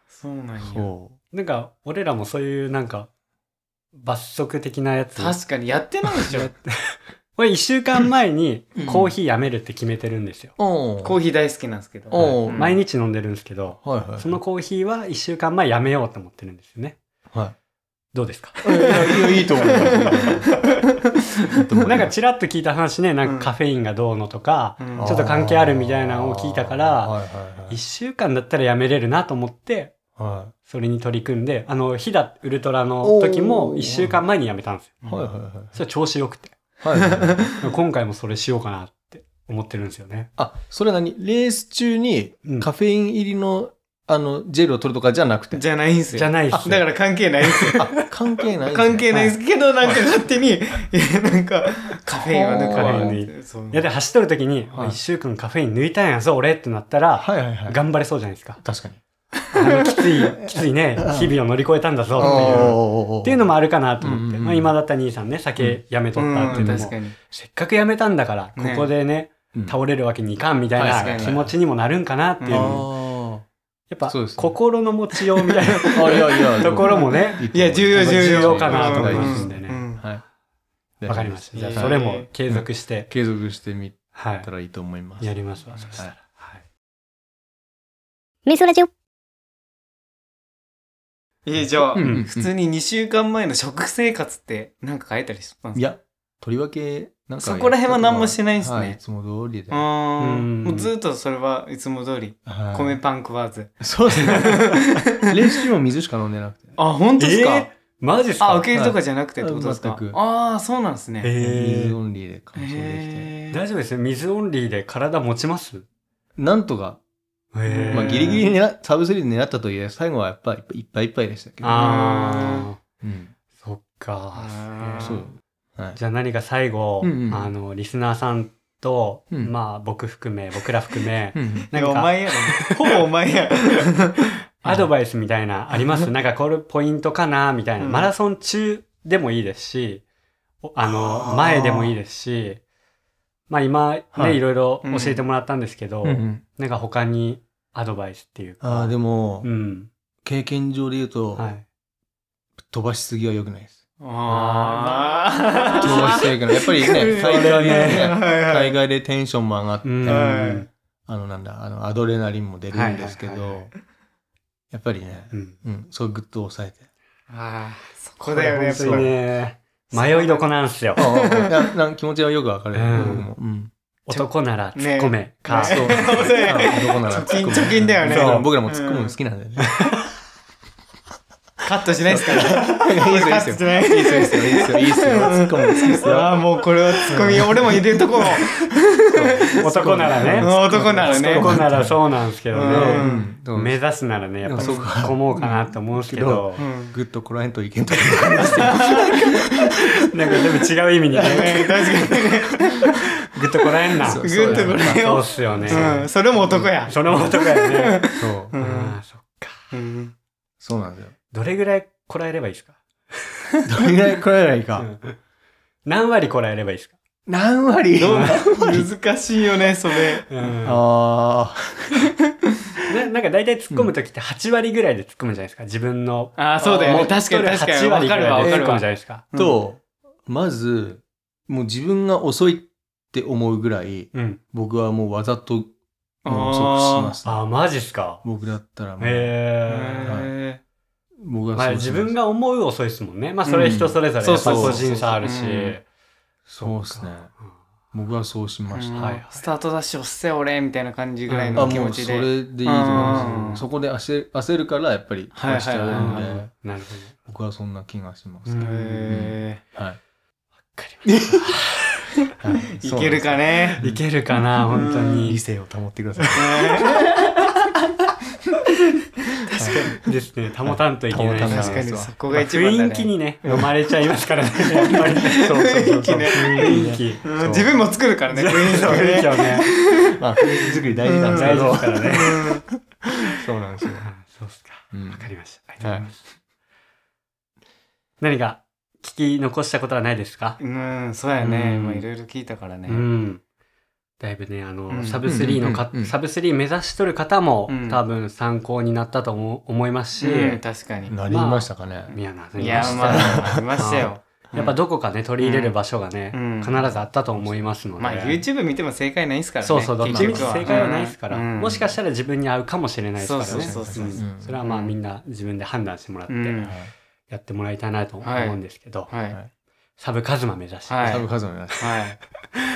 Speaker 3: そうなんや。
Speaker 1: そ
Speaker 2: なんか俺らもそういうなんか罰則的なやつ。
Speaker 3: 確かに、やってないでしょ。
Speaker 2: 俺1週間前に
Speaker 1: うん
Speaker 2: コーヒーやめるって決めてるんですよ。
Speaker 1: う。うん
Speaker 3: コーヒー大好きなんですけど。
Speaker 1: おう
Speaker 3: うん
Speaker 2: 毎日飲んでるんですけど、
Speaker 1: はいはい。
Speaker 2: そのコーヒーは1週間前やめようと思ってるんですよね。
Speaker 1: は
Speaker 2: どうですか
Speaker 1: い。いや、いやいいと思う。
Speaker 2: なんかちらっと聞いた話ね、なんかカフェインがどうのとか、
Speaker 3: うん
Speaker 2: ちょっと関係あるみたいなのを聞いたから
Speaker 1: はいはいはい
Speaker 2: 1週間だったらやめれるなと思って、
Speaker 1: は
Speaker 2: それに取り組んで、あの、ヒダウルトラの時も
Speaker 1: おー
Speaker 2: 1週間前にやめたんですよ。
Speaker 1: い。はいはい
Speaker 2: それ調子良くて。
Speaker 1: はい。はいはい。
Speaker 2: 今回もそれしようかなって思ってるんですよね。
Speaker 1: あ、それは何レース中に
Speaker 2: うん
Speaker 1: カフェイン入りの、あの、ジェルを取るとかじゃなくて。
Speaker 3: じゃないんすよ。
Speaker 2: じゃないっ
Speaker 3: あ
Speaker 2: す
Speaker 3: だから関係ないんすよ。
Speaker 1: あ、関係ないんですね。
Speaker 3: 関係ないんすけど、なんか勝手に、いやなんか、カフェインは抜か
Speaker 2: カフェ
Speaker 3: れ
Speaker 2: イン抜
Speaker 3: る。そう
Speaker 2: いや、で、走っとる時に、
Speaker 1: はい
Speaker 2: 1週間カフェイン抜いたんやぞ、俺ってなったら、
Speaker 1: はいはいはい。
Speaker 2: 頑張れそうじゃないですか。
Speaker 1: 確かに。
Speaker 2: あのきつい、きついね、日々を乗り越えたんだぞっていう。っていうのもあるかなと思って、
Speaker 1: うんうん
Speaker 2: まあ、今だった兄さんね、酒やめとったっていううんの
Speaker 3: 確
Speaker 2: も、
Speaker 3: かに。
Speaker 2: せっかくやめたんだから、こ
Speaker 3: ね
Speaker 2: こでね、
Speaker 1: うん
Speaker 2: 倒れるわけにいかんみた
Speaker 3: 確
Speaker 2: い
Speaker 3: か
Speaker 2: な
Speaker 3: に
Speaker 2: 気持ちにもなるんかなってい
Speaker 1: あ
Speaker 2: うのも
Speaker 1: ー
Speaker 2: やっぱ、
Speaker 1: そうですね
Speaker 2: 心の持ちようみた い
Speaker 1: あ。いやいや。
Speaker 2: なところもね、
Speaker 3: いや、重要、重要。
Speaker 2: 重要かなと思いますんでね
Speaker 3: うんうん
Speaker 1: はい。
Speaker 2: わかりました。じゃあ、
Speaker 1: はい
Speaker 2: それも継続して、
Speaker 1: 継続してみ
Speaker 2: は
Speaker 1: たらいいと思いま
Speaker 2: い、
Speaker 1: す。
Speaker 2: やりますわ、そしたら。はい
Speaker 4: メソラジオ
Speaker 3: え、じゃあ
Speaker 2: う、ん
Speaker 3: 普通に2週間前の食生活ってなんか変えたりしとったん
Speaker 1: い
Speaker 3: ですか
Speaker 1: や、とりわけ、なんか。
Speaker 3: そこら辺は何もしてないんすね
Speaker 1: はい、いつも通りで。
Speaker 3: う
Speaker 1: は
Speaker 3: ー
Speaker 2: うん
Speaker 3: んもうずっとそれはいつも通り
Speaker 1: い
Speaker 3: 米パン食わず。
Speaker 1: そうですね。練習も水しか飲んでなくて。
Speaker 3: あ、本当です
Speaker 2: えー
Speaker 3: か
Speaker 2: マジです
Speaker 3: あ、
Speaker 2: か
Speaker 3: 受け入れとかじゃなくてってことです
Speaker 1: は
Speaker 3: か
Speaker 1: い全く
Speaker 3: ああ、そうなんですね。
Speaker 2: え
Speaker 1: 水
Speaker 2: ー
Speaker 1: オンリーで完走できて。
Speaker 3: へー
Speaker 2: 大丈夫ですね。水オンリーで体持ちます
Speaker 1: なんとか、
Speaker 2: えー
Speaker 1: まあギリギリになサブスリー狙ったとはいえ、最後はやっぱいっぱいいっぱいでしたけど。
Speaker 2: あ
Speaker 1: うん。
Speaker 2: ー、そっか。
Speaker 3: あー
Speaker 1: そう。はい。
Speaker 2: じゃあ何か最後、
Speaker 1: うんうん
Speaker 2: あの、リスナーさんと、
Speaker 1: うん
Speaker 2: まあ、僕含め、僕ら含め、
Speaker 1: うん
Speaker 3: い
Speaker 2: なん
Speaker 3: やお
Speaker 2: か、
Speaker 3: 前やろ。ほぼお前や。
Speaker 2: アドバイスみたいな、ありますなんか、これポイントかなみたいな。
Speaker 3: うん
Speaker 2: マラソン中でもいいですし、おあの、
Speaker 3: あー
Speaker 2: 前でもいいですし、まあ今、ね、
Speaker 1: はい
Speaker 2: い、ろいろ
Speaker 3: うん
Speaker 2: 教えてもらったんですけど、
Speaker 1: うんうん
Speaker 2: なんか他にアドバイスっていうか。
Speaker 1: ああ、でも
Speaker 2: う、ん。
Speaker 1: 経験上で言うと、
Speaker 2: はい。
Speaker 1: 飛ばしすぎは良くないです。
Speaker 3: あ
Speaker 1: 飛ばしすぎは良くない。やっぱ りね、大
Speaker 2: れは
Speaker 1: 会で
Speaker 2: ね
Speaker 1: ね、大会でテンションも上がって、
Speaker 2: うん。
Speaker 3: はい
Speaker 1: あの、なんだ、あの、アドレナリンも出るんですけ
Speaker 2: はいはいはいは
Speaker 1: ど、やっぱりね
Speaker 2: う、ん。
Speaker 1: うん、そうグッと抑えて。
Speaker 3: あー、そこだよね、やっぱ
Speaker 2: 本当にね、迷いどこなんす よ。
Speaker 1: いや なんか気持ちはよくわかるよ、
Speaker 2: うん
Speaker 1: 僕も。うん。
Speaker 2: 男なら突っ込めか。
Speaker 3: ね
Speaker 1: そう。
Speaker 3: そうやね
Speaker 1: あどこなら突っ込む
Speaker 3: 貯金貯金だよね
Speaker 1: そう僕らも突っ込むの好きなんだよね。
Speaker 3: カットしないですから。
Speaker 1: いいですよ、いいですよ。いいですよ、いいですよ、いいですよ。突っ込むの好きですよ。
Speaker 3: ああ、もうこれはツッコミ、俺も入れとこう。
Speaker 2: 男なら
Speaker 3: うん
Speaker 2: ね。
Speaker 3: 男ならね。
Speaker 2: 男ならそうなんですけど
Speaker 1: う
Speaker 2: ね。
Speaker 1: ん。どう
Speaker 2: 目指すならね、やっぱ
Speaker 1: そ
Speaker 2: 突
Speaker 1: う
Speaker 2: っ
Speaker 1: か
Speaker 2: 込もうかなと思うんですけど
Speaker 3: う、ん
Speaker 1: グッとこらえんといけんと。
Speaker 2: なんかでも違う意味にね、
Speaker 3: ね確かにね。
Speaker 2: グッとこらえんな。
Speaker 1: そう
Speaker 3: グッとこれ
Speaker 2: そうっ
Speaker 3: よ。
Speaker 2: すよね。
Speaker 3: うん、それも男や。
Speaker 2: その男やね。
Speaker 1: そうう。
Speaker 3: ん
Speaker 2: あーそっか
Speaker 3: うん
Speaker 1: そうなんですよ。
Speaker 2: どれぐらいこらえればいいですか
Speaker 1: どれぐらいこらえればいいか。
Speaker 2: 何割こらえればいいですか
Speaker 1: 何割
Speaker 3: どう難しいよね、それ。
Speaker 2: うんな
Speaker 1: ああ。
Speaker 2: なんか大体突っ込む時って8割ぐらいで突っ込むじゃないですか。自分の。
Speaker 3: ああ、そうだよ
Speaker 2: も
Speaker 3: ね。確かに確かに。わ
Speaker 2: 割ぐ
Speaker 3: かる
Speaker 2: ら
Speaker 3: わ、
Speaker 2: い
Speaker 3: わ
Speaker 2: で
Speaker 3: か
Speaker 2: 突っ
Speaker 3: る
Speaker 2: 込む
Speaker 3: わ
Speaker 2: じ。ゃないですか。
Speaker 1: と、まず、もう自分が遅いって思うぐらい、
Speaker 2: うん。
Speaker 1: 僕はもうわざともう即し
Speaker 3: あ
Speaker 1: ま
Speaker 3: ー
Speaker 1: す、
Speaker 2: あ、マジっすか。
Speaker 1: 僕だったらもう、
Speaker 2: へえ。
Speaker 3: へ
Speaker 1: 僕は
Speaker 2: まあ
Speaker 1: そうし
Speaker 2: 自
Speaker 1: ます
Speaker 2: 分が思う遅いですもんね。まあそれ人それぞれ、
Speaker 3: うん
Speaker 2: やっぱ
Speaker 1: そうそ
Speaker 2: 個
Speaker 1: うそう
Speaker 2: 人差あるし。
Speaker 3: うん
Speaker 1: そうですね。僕はそうし
Speaker 3: ー
Speaker 1: まし
Speaker 3: う
Speaker 1: た。
Speaker 3: ん
Speaker 2: はいはい
Speaker 3: スタートダッシュ押せ俺みたいな感じぐらい
Speaker 1: あ
Speaker 3: の気
Speaker 1: も
Speaker 3: 持
Speaker 1: う
Speaker 3: ち
Speaker 1: そ
Speaker 3: で、
Speaker 1: れでいいと思い
Speaker 3: うん
Speaker 1: ます。そこで焦る焦るからやっぱり
Speaker 3: はいはいはい
Speaker 1: してられ
Speaker 2: う
Speaker 1: る
Speaker 2: ん
Speaker 1: んで、
Speaker 2: なるほ
Speaker 1: 僕はそんな気がしま
Speaker 2: ど。
Speaker 1: す。
Speaker 3: へ
Speaker 1: はい
Speaker 2: うん
Speaker 1: はい
Speaker 3: ー いけるかね
Speaker 2: いけるかな、本当に。
Speaker 1: 理性を保ってください。
Speaker 2: ですね。保たんといけな
Speaker 1: 保
Speaker 2: い
Speaker 1: たない
Speaker 3: 確かにそこが一番だ
Speaker 2: 雰
Speaker 3: ね
Speaker 2: 囲気にね、飲まれちゃいますからね。やっぱり。そうそうそうそう。雰囲気。
Speaker 3: うん
Speaker 1: そう
Speaker 3: 自分も作るからね雰囲気を
Speaker 2: 雰囲気
Speaker 3: ね
Speaker 2: をね。
Speaker 1: まあ、雰囲気作り大事なんですけ
Speaker 2: 大事
Speaker 1: ど
Speaker 2: です、からね。
Speaker 1: そうなんですよ。
Speaker 2: あそうっすか。
Speaker 1: うん
Speaker 2: わかりました。ありがとうございます。何か聞き残したことはないですか
Speaker 3: うんそうやね
Speaker 2: うん
Speaker 3: まあいろいろ聞いたからね、
Speaker 2: うん。だいぶね、あの、
Speaker 3: うん
Speaker 2: サブ3のか、
Speaker 1: うんうんうん
Speaker 2: サブ3目指しとる方も、
Speaker 3: うん
Speaker 2: 多分参考になったと思思いますし、
Speaker 3: うん確かに
Speaker 1: なりましたかね。
Speaker 2: いやなり
Speaker 3: い
Speaker 2: ま
Speaker 3: や
Speaker 2: した
Speaker 3: まあありましたよ
Speaker 2: やっぱどこかね、取り入れる場所がね、
Speaker 3: うん
Speaker 2: 必ずあったと思いますので。
Speaker 3: まあ YouTube 見ても正解ないですからね
Speaker 2: そうそう、どっちみち
Speaker 3: 結局
Speaker 2: 正解はないですから、
Speaker 3: うん
Speaker 2: もしかしたら自分に合うかもしれないですからね。
Speaker 3: そうそうそうそうん
Speaker 2: それはまあ
Speaker 3: うん
Speaker 2: みんな自分で判断してもらって、
Speaker 3: うん
Speaker 1: はい
Speaker 2: やってもらいたいなと思うんですけど、
Speaker 3: はい
Speaker 1: はい
Speaker 2: サブカズマ目指して。
Speaker 3: はい
Speaker 1: サブカズマになりました
Speaker 3: はい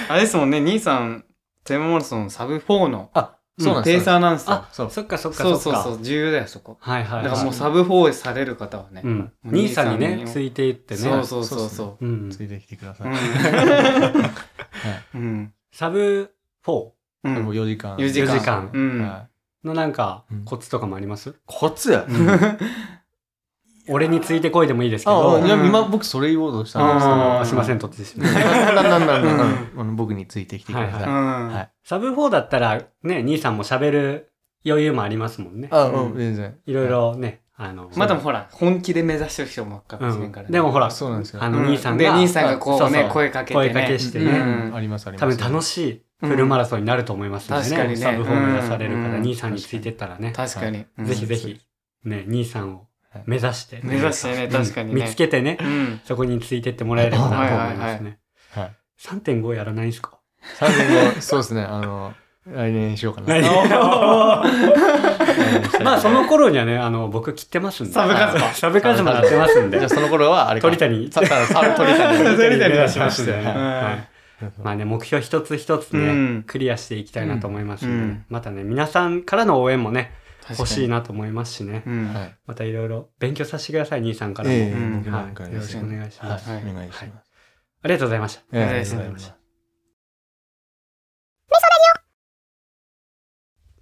Speaker 3: あれですもんね兄さんテーママラソンサブ4の
Speaker 2: あ、
Speaker 1: そうなん
Speaker 3: ペ
Speaker 1: で
Speaker 3: ー
Speaker 1: す
Speaker 3: サーなんですよ
Speaker 2: あ、
Speaker 1: そう
Speaker 2: そっかそっかそっ
Speaker 3: そう
Speaker 2: か。
Speaker 3: そうそう重要だよそこ
Speaker 2: はいはいは
Speaker 3: だ
Speaker 2: い。
Speaker 3: からもうサブ4される方はね、
Speaker 2: うん、
Speaker 3: もう
Speaker 2: 兄さんに
Speaker 3: 兄
Speaker 2: ね
Speaker 3: を
Speaker 2: ついていってね
Speaker 3: そうそうそう
Speaker 1: そ
Speaker 3: そ
Speaker 2: うん
Speaker 1: ついてきてくだ
Speaker 3: う
Speaker 1: さ
Speaker 3: う
Speaker 1: い。
Speaker 3: ん
Speaker 1: はい
Speaker 3: うん
Speaker 2: サブ4
Speaker 3: う
Speaker 1: でも
Speaker 3: ん
Speaker 1: 4時間。
Speaker 3: 4時
Speaker 2: 間
Speaker 3: う
Speaker 1: うんは
Speaker 2: のなんか
Speaker 1: うん
Speaker 2: コツとかもあります、
Speaker 1: い、コツや。
Speaker 2: 俺についてこいでもいいですけ
Speaker 1: あ
Speaker 2: ど
Speaker 1: あ、いや今僕それ言おうとしたんですけど。
Speaker 2: あ
Speaker 3: う
Speaker 2: ー
Speaker 3: ん
Speaker 2: すいませんとってしまいました
Speaker 1: なんなんなんなんなんあの僕についてきてください。
Speaker 2: はい
Speaker 3: うん
Speaker 1: はい
Speaker 2: サブ4だったらね兄さんも喋る余裕もありますもんね
Speaker 1: あ、うん、全然。
Speaker 2: いろいろねあの
Speaker 3: まあでもほら本気で目指してる人もかもしれんから、
Speaker 2: うんでもほら
Speaker 1: そうなんですよ。
Speaker 2: あ
Speaker 3: あ
Speaker 2: の兄さん
Speaker 3: で
Speaker 2: が
Speaker 3: 兄さんがこうね
Speaker 2: そうそう
Speaker 3: 声かけてね
Speaker 2: 声かけしてね、
Speaker 1: う
Speaker 3: うん
Speaker 1: んありますあり
Speaker 2: 多
Speaker 1: ます。
Speaker 2: 分楽
Speaker 1: し
Speaker 2: しいフルマラソンになると思いますので
Speaker 3: うん確
Speaker 2: ね,、
Speaker 3: かに
Speaker 2: サブ
Speaker 3: ね
Speaker 2: 4目指されるから、
Speaker 3: うん
Speaker 2: 兄さんについてったらね、
Speaker 3: 確かに、うん
Speaker 2: ぜひぜひね兄さんを目指して、
Speaker 3: 目指してね
Speaker 2: うん
Speaker 3: 確かにね
Speaker 2: 見つけてね
Speaker 3: うん
Speaker 2: そこについてってもらえればなと思いますね。
Speaker 1: いはいはい
Speaker 2: 3.5やらないんすか
Speaker 1: 最後のそうですね、あの、来年しようかな。
Speaker 2: まあその頃にはね、あの、僕切ってますんで。
Speaker 3: サブカズマ
Speaker 2: サブカズマ切ってますんで。
Speaker 1: じゃあその頃はあれか。
Speaker 2: 鳥谷
Speaker 1: さささ鳥谷。
Speaker 3: 鳥谷
Speaker 2: 目指しますんでね。
Speaker 1: はい
Speaker 2: はいまあね、目標一つ一つ
Speaker 3: う
Speaker 2: ね
Speaker 3: ん、
Speaker 2: クリアしていきたいなと思います
Speaker 3: うんんう
Speaker 2: で
Speaker 3: ん、
Speaker 2: またね、皆さんからの応援もね、欲しい
Speaker 3: な、
Speaker 2: なと思いますしね
Speaker 3: う。ん
Speaker 1: はい。
Speaker 2: またいろいろ勉強させてください、兄さんからも。
Speaker 1: ええ
Speaker 2: は
Speaker 3: うん
Speaker 1: 僕なんか
Speaker 2: い。
Speaker 1: で
Speaker 2: よろ
Speaker 1: す
Speaker 2: し
Speaker 1: ね
Speaker 2: くお願いします。
Speaker 1: はい、お願いします。
Speaker 2: ありがとうございました。
Speaker 1: ええ
Speaker 3: お願いします
Speaker 1: ありがとうござます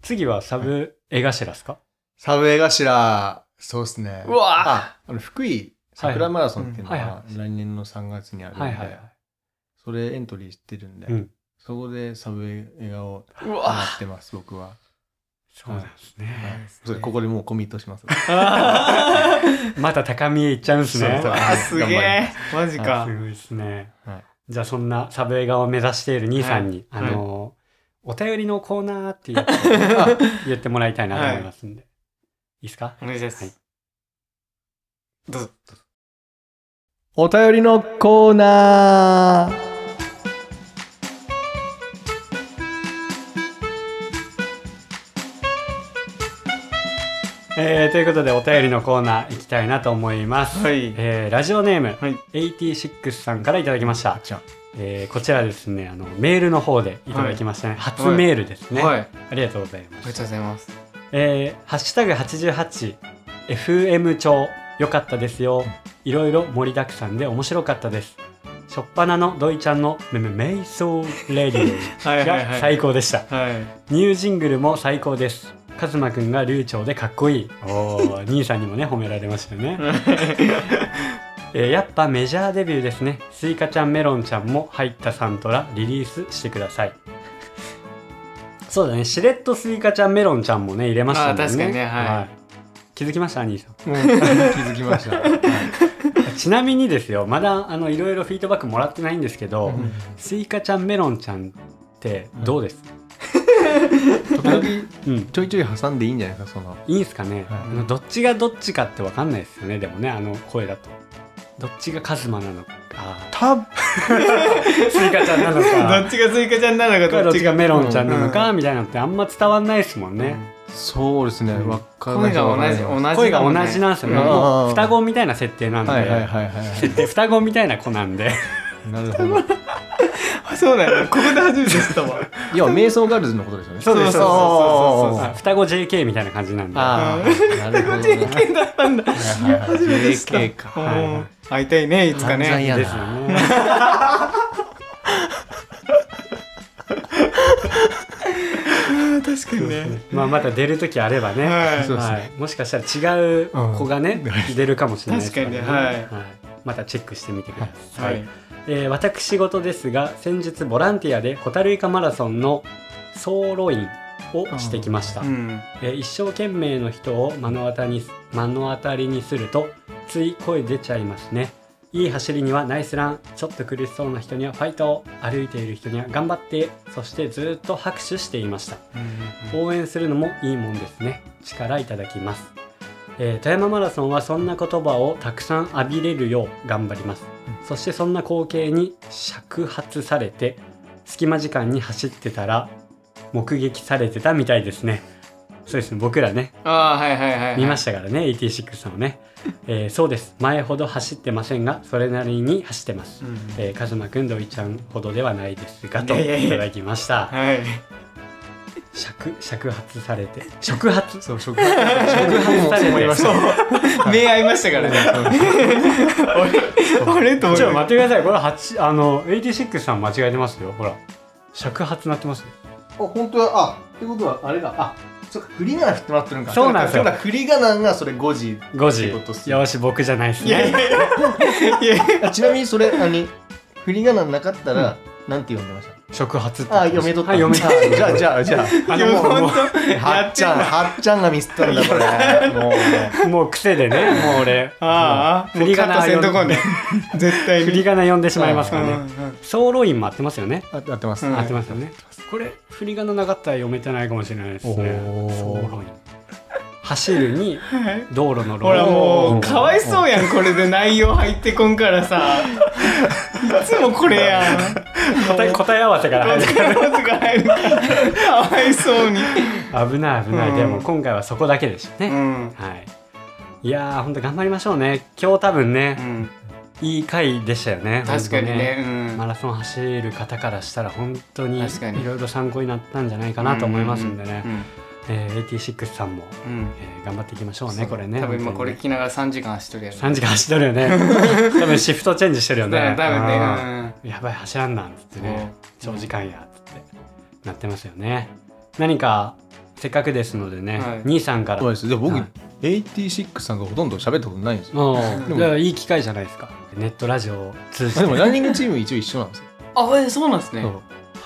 Speaker 2: 次はサブ絵頭ですか
Speaker 1: サブエ頭、そうですね。
Speaker 3: うわー
Speaker 1: あ、あの、福井桜マラソンっていうの
Speaker 2: はいは
Speaker 1: が来年の3月にあるん
Speaker 2: はいはいは
Speaker 1: で
Speaker 2: い、。
Speaker 1: それエントリーしてるんで
Speaker 2: うん、
Speaker 1: そこでサブエ画を
Speaker 3: う
Speaker 1: や
Speaker 3: わ
Speaker 1: ってます、僕は。
Speaker 2: そうなんです
Speaker 1: は
Speaker 2: ね
Speaker 1: い。それここでもうコミットします。
Speaker 2: また高みへ行っちゃうんですね。
Speaker 1: そうそう
Speaker 3: あすげえマジか、
Speaker 2: すごいですね。
Speaker 1: はい
Speaker 2: じゃあそんなサブ映画を目指している兄さんに、
Speaker 3: はい
Speaker 2: あのーお便りのコーナーっていう言ってもらいたいなと思いますんで。い、いですか
Speaker 3: お願いします、
Speaker 2: はい
Speaker 3: どうぞ
Speaker 1: お便りのコーナー
Speaker 2: えーということでお便りのコーナー行きたいなと思います。
Speaker 3: はい
Speaker 2: えーラジオネーム、
Speaker 3: はい
Speaker 2: 86さんからいただきました。
Speaker 1: じゃ
Speaker 2: えーこちらですね、あの、メールの方でいただきましたね。初メールですね、
Speaker 3: はいあ
Speaker 2: ありがとうございま
Speaker 3: り
Speaker 2: す
Speaker 3: が。とうございます
Speaker 2: えーハッシュタグ 88FM 町良かったですよいろいろ盛りだくさんで面白かったですしょっぱなのドイちゃんのめめ瞑想レディ
Speaker 3: は
Speaker 2: オ
Speaker 3: いはい
Speaker 2: が
Speaker 3: はい
Speaker 2: 最高でした、
Speaker 3: はい
Speaker 2: ニュージングルも最高ですカズマくんが流暢でかっこいいおー兄さんにもね褒められましたねえーやっぱメジャーデビューですねスイカちゃんメロンちゃんも入ったサントラリリースしてくださいそうだねしれっとスイカちゃんメロンちゃんもね入れましたもんね
Speaker 3: あー確かにねはい
Speaker 2: 気づきました兄さん
Speaker 1: あ、もう気づきました。はい
Speaker 2: ちなみにですよまだあのいろいろフィードバックもらってないんですけど、
Speaker 1: うん
Speaker 2: スイカちゃんメロンちゃんってどうです、
Speaker 1: 時々
Speaker 2: うん、
Speaker 1: ちょいちょい挟んでいいんじゃないですか、その。
Speaker 2: いいんすかね、
Speaker 1: はい
Speaker 2: あのどっちがどっちかってわかんないですよねでもねあの声だとどっちがカズマなのか
Speaker 1: 多分
Speaker 2: スイカちゃんなの
Speaker 3: ど
Speaker 2: か
Speaker 3: っちがスイカちゃんなのか
Speaker 2: ど
Speaker 3: ど
Speaker 2: っ
Speaker 3: っ
Speaker 2: ち
Speaker 3: ち
Speaker 2: が
Speaker 3: が
Speaker 2: メロンちゃんなのかみたいなのってあんま伝わんないですもんね、
Speaker 1: そうですね、
Speaker 2: うん
Speaker 1: わかんな
Speaker 3: 声
Speaker 1: い人はわかん
Speaker 3: が
Speaker 1: な
Speaker 3: 同
Speaker 1: い
Speaker 3: じ同じだもん
Speaker 2: 声が
Speaker 3: ね
Speaker 2: 同じなんですよね、
Speaker 1: うん
Speaker 2: もう双子みたいな設定なんで、
Speaker 1: はいはいはいは
Speaker 2: で双子みたいな子なんで
Speaker 1: いなるほど
Speaker 3: あそうだよここで初めて知ったわ
Speaker 1: いやメイソンガールズのことですよね
Speaker 3: そうですそうそうそうそう
Speaker 1: あ
Speaker 2: 双子 JK みたいな感じなんで
Speaker 1: あーなるほどな
Speaker 3: JK だったんだ初めて知った
Speaker 1: JK か
Speaker 2: はいはい
Speaker 3: うん会いたいねいつか
Speaker 1: 散々
Speaker 3: ね
Speaker 1: や
Speaker 2: ですよ
Speaker 1: な
Speaker 2: ね
Speaker 3: 確か にね
Speaker 2: まあまた出る時あればね、
Speaker 3: はい
Speaker 1: そうですね
Speaker 2: はいもしかしたら違う子がね、出るかもしれないです
Speaker 3: 確かにね
Speaker 2: はいまたチェックしてみてください、
Speaker 3: はい
Speaker 2: えー私事ですが先日ボランティアでホタルイカマラソンの走路員をしてきました、
Speaker 3: うん
Speaker 2: えー一生懸命の人を目の当たりに目の当たりにするとつい声出ちゃいますねいい走りにはナイスランちょっと苦しそうな人にはファイト歩いている人には頑張ってそしてずっと拍手していました応援するのもいいもんですね力いただきます、えー富山マラソンはそんな言葉をたくさん浴びれるよう頑張ります、そしてそんな光景に尺発されて隙間時間に走ってたら目撃されてたみたいですねそうですね僕らね
Speaker 3: ああはいはいはいはい
Speaker 2: 見ましたからね、86さんをね、えーそうです前ほど走ってませんがそれなりに走ってます、
Speaker 3: うん
Speaker 2: えー、カズマくんどいちゃんほどではないですがと
Speaker 3: いや
Speaker 2: い
Speaker 3: いやいや
Speaker 2: ただきました
Speaker 3: はい
Speaker 2: 尺尺発されて触発
Speaker 1: そう食発食
Speaker 2: 発されて
Speaker 1: 思いました
Speaker 3: 目合いましたからねあれ と思っ
Speaker 2: ち
Speaker 3: て
Speaker 2: ょっと待ってくださ いこれ八あの86さん間違えてますよほら尺発なってますね
Speaker 1: あ本当だあってことはあれだあそっか振り仮名振ってもらってるんか
Speaker 2: そうなんですよ
Speaker 1: だから振り仮名がそれ5時
Speaker 2: 5
Speaker 1: ってことっす
Speaker 2: 時
Speaker 1: ね
Speaker 2: よし僕じゃないです
Speaker 3: いやい
Speaker 2: ね
Speaker 3: やいやいや
Speaker 1: あちなみにそれ 何振り仮名なかったら、なんて読んでまし
Speaker 2: 触発って
Speaker 1: たあ読めとった
Speaker 2: はい読めと
Speaker 1: あじゃあじゃあじゃ
Speaker 2: あ
Speaker 3: い
Speaker 2: の
Speaker 3: や
Speaker 2: もうも
Speaker 3: 本当
Speaker 1: あは
Speaker 3: や
Speaker 1: っ
Speaker 3: っ
Speaker 1: ち
Speaker 3: てん
Speaker 1: ゃん
Speaker 3: だ
Speaker 1: はっちゃんがミスったんだこ れもうね
Speaker 2: うもう癖で ねもう俺
Speaker 3: ああ
Speaker 2: もう
Speaker 3: も
Speaker 2: 振り
Speaker 3: うカ
Speaker 2: 仮名
Speaker 3: ットせんとこね絶対
Speaker 2: 振り
Speaker 3: に
Speaker 2: 仮名読んでしまいますから
Speaker 3: うん
Speaker 2: ね
Speaker 3: うん
Speaker 2: ソロインも合ってますよね
Speaker 1: あ合ってます、
Speaker 3: うん
Speaker 2: 合ってますよねこれ振り仮名なかったら読めてないかもしれないですね
Speaker 1: おー
Speaker 2: ソロイン走るに
Speaker 3: はい
Speaker 2: 道路の路
Speaker 3: ほらも
Speaker 1: ん
Speaker 3: うかわいそうやんこれで内容入ってこんからさいつもこれやん
Speaker 2: 答え答え合わせから入る
Speaker 3: かわいそうに、
Speaker 2: 危ない危ない、
Speaker 3: うん
Speaker 2: でも今回はそこだけでした
Speaker 3: う
Speaker 2: ね、
Speaker 3: ん
Speaker 2: はいいやーほんと頑張りましょうね今日多分
Speaker 3: う
Speaker 2: ね、
Speaker 3: ん、
Speaker 2: いい回でしたよね
Speaker 3: 確かにね
Speaker 2: 本当マラソン走る方からしたら本当に
Speaker 3: 確かに
Speaker 2: いろいろ参考になったんじゃないか
Speaker 3: か
Speaker 2: なと思いますんでね、
Speaker 3: うん
Speaker 2: えー、86さんも、
Speaker 3: うんうん
Speaker 2: えー頑張っていきましょうねこれね
Speaker 3: 多分今これ聞
Speaker 2: 本
Speaker 3: きながら3時間走ってるや
Speaker 2: 当に
Speaker 3: つ
Speaker 2: ね3時間走ってるよ ね多分シフトチェンジしてるよ
Speaker 3: だ
Speaker 2: ね
Speaker 3: よ多分
Speaker 2: あ
Speaker 3: ね
Speaker 2: ーやばい走らんなんつってね
Speaker 3: そう
Speaker 2: 長時間やっつってなってますよね何かせっかくですのでね、
Speaker 3: はい
Speaker 2: 兄さんから
Speaker 1: そうですで僕、
Speaker 2: はい
Speaker 1: 86さんがほとんど喋ったことないんですよ
Speaker 2: も
Speaker 1: でも
Speaker 2: ういやいい機会じゃないですかネットラジオを通じ
Speaker 1: あ
Speaker 2: て
Speaker 1: でもランニングチーム一応一緒なんですよ
Speaker 3: うんあえそうなんですね
Speaker 1: そう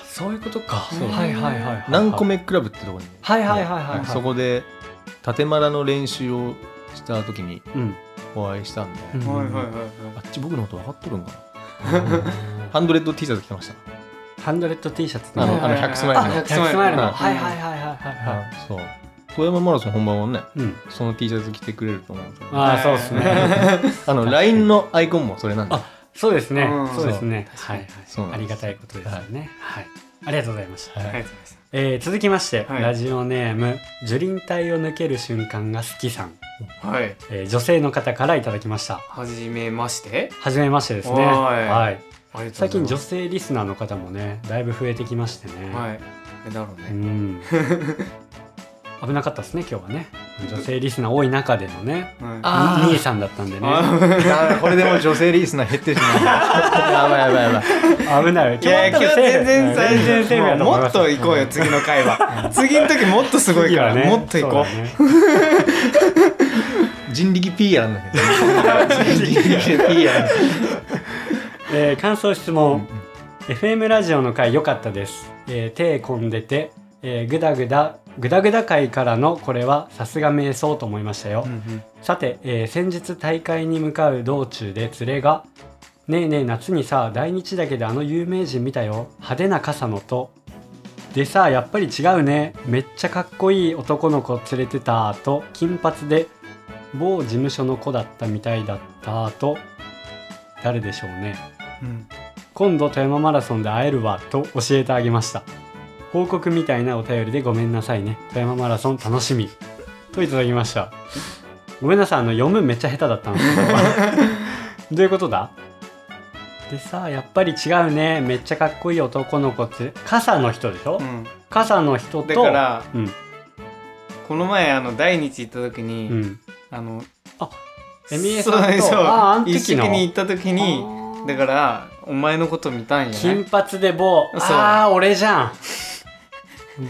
Speaker 2: そういうことか
Speaker 3: そう
Speaker 2: はいはいはいはい
Speaker 1: 何個目クラブってとこに
Speaker 2: はいはいはいはいはい
Speaker 1: そこで縦マラの練習をした時に
Speaker 2: うん
Speaker 1: お会いしたんで、
Speaker 2: うん
Speaker 3: はいはいはい
Speaker 1: あ
Speaker 3: は
Speaker 1: っち僕のこと分かっとるんかな
Speaker 2: うん
Speaker 1: ハンドレッド T シャツ着てました
Speaker 2: ハンドレッド T シャツ
Speaker 1: あ
Speaker 2: の
Speaker 1: のあの
Speaker 3: はいはいはい
Speaker 1: 100スマイルの
Speaker 3: あ
Speaker 2: 100スマイルの
Speaker 1: うん
Speaker 2: はいはいはいはいはいは
Speaker 1: そう富山マラソン本番はね
Speaker 2: いうん
Speaker 1: その T シャツ着てくれると思うんですよ
Speaker 2: ああそうですね
Speaker 1: あの LINE のアイコンもそれなんで
Speaker 2: あ そうですね
Speaker 3: うん
Speaker 2: そうですね
Speaker 3: そ
Speaker 2: は
Speaker 3: う
Speaker 2: い
Speaker 1: そう
Speaker 2: はい
Speaker 1: な
Speaker 2: あ
Speaker 1: ん
Speaker 2: り
Speaker 1: です
Speaker 2: がたいことですよねはいありがとうございました
Speaker 1: はい
Speaker 3: ありがとうございます
Speaker 2: えー続きまして、
Speaker 3: はい
Speaker 2: ラジオネーム「樹林帯を抜ける瞬間が好きさん
Speaker 3: はい」
Speaker 2: えー女性の方からいただきました
Speaker 3: はじめまして
Speaker 2: はじめましてですね
Speaker 3: おーい
Speaker 2: はい
Speaker 3: ありがとう
Speaker 2: 最
Speaker 3: ござい
Speaker 2: 近
Speaker 3: ます
Speaker 2: 女性リスナーの方もねだいぶ増えてきましてね、
Speaker 3: はいえだろう
Speaker 2: う
Speaker 3: ね
Speaker 2: ん危なかったですね今日はね女性リスナー多い中でのね
Speaker 3: はい
Speaker 1: あー
Speaker 2: 兄さんだったんでね
Speaker 3: あ
Speaker 1: やばいこれでもう女性リースナー減ってしまう やばいやばいやばい
Speaker 2: 危ない
Speaker 3: いやいや今日全然
Speaker 2: 最
Speaker 3: 最
Speaker 2: 全然セーフや
Speaker 3: 初
Speaker 2: と思い
Speaker 3: も
Speaker 2: ま
Speaker 3: っ
Speaker 2: す
Speaker 3: と行こうよ次の回は次の時もっとすごいから
Speaker 2: 次はね
Speaker 3: もっと行こう
Speaker 2: そう
Speaker 1: 人力 P やらんだけど人力 P やらんだけど
Speaker 2: だねえー感想質問 FM ラジオの回良かったです、えー手込んでて、えー、グダグダグダグダ回からのこれはさすが瞑想と思いましたよ、さて、えー先日大会に向かう道中で連れが「ねえねえ夏にさ来日だけであの有名人見たよ派手な傘のと」でさやっぱり違うねめっちゃかっこいい男の子連れてたと金髪で某事務所の子だったみたいだったと誰でしょうね
Speaker 3: うん
Speaker 2: 今度富山マラソンで会えるわと教えてあげました報告みたいなお便りでごめんなさいね富山マラソン楽しみといただきましたごめんなさいあの 読むめっちゃ下手だったんですどういうことだでさやっぱり違うねめっちゃかっこいい男の子って傘の人でしょ、
Speaker 3: う
Speaker 2: 傘の人
Speaker 3: ん、だ
Speaker 2: と
Speaker 3: から
Speaker 2: うん
Speaker 3: この前あの大日行った時に、
Speaker 2: うん
Speaker 3: あの
Speaker 2: エミエさんと
Speaker 3: そうそう
Speaker 2: あああの
Speaker 3: 一
Speaker 2: 時
Speaker 3: 式
Speaker 2: の
Speaker 3: に行った時にだからお前のこと見たんや
Speaker 2: 金髪で某
Speaker 3: そう
Speaker 2: ああ俺じゃん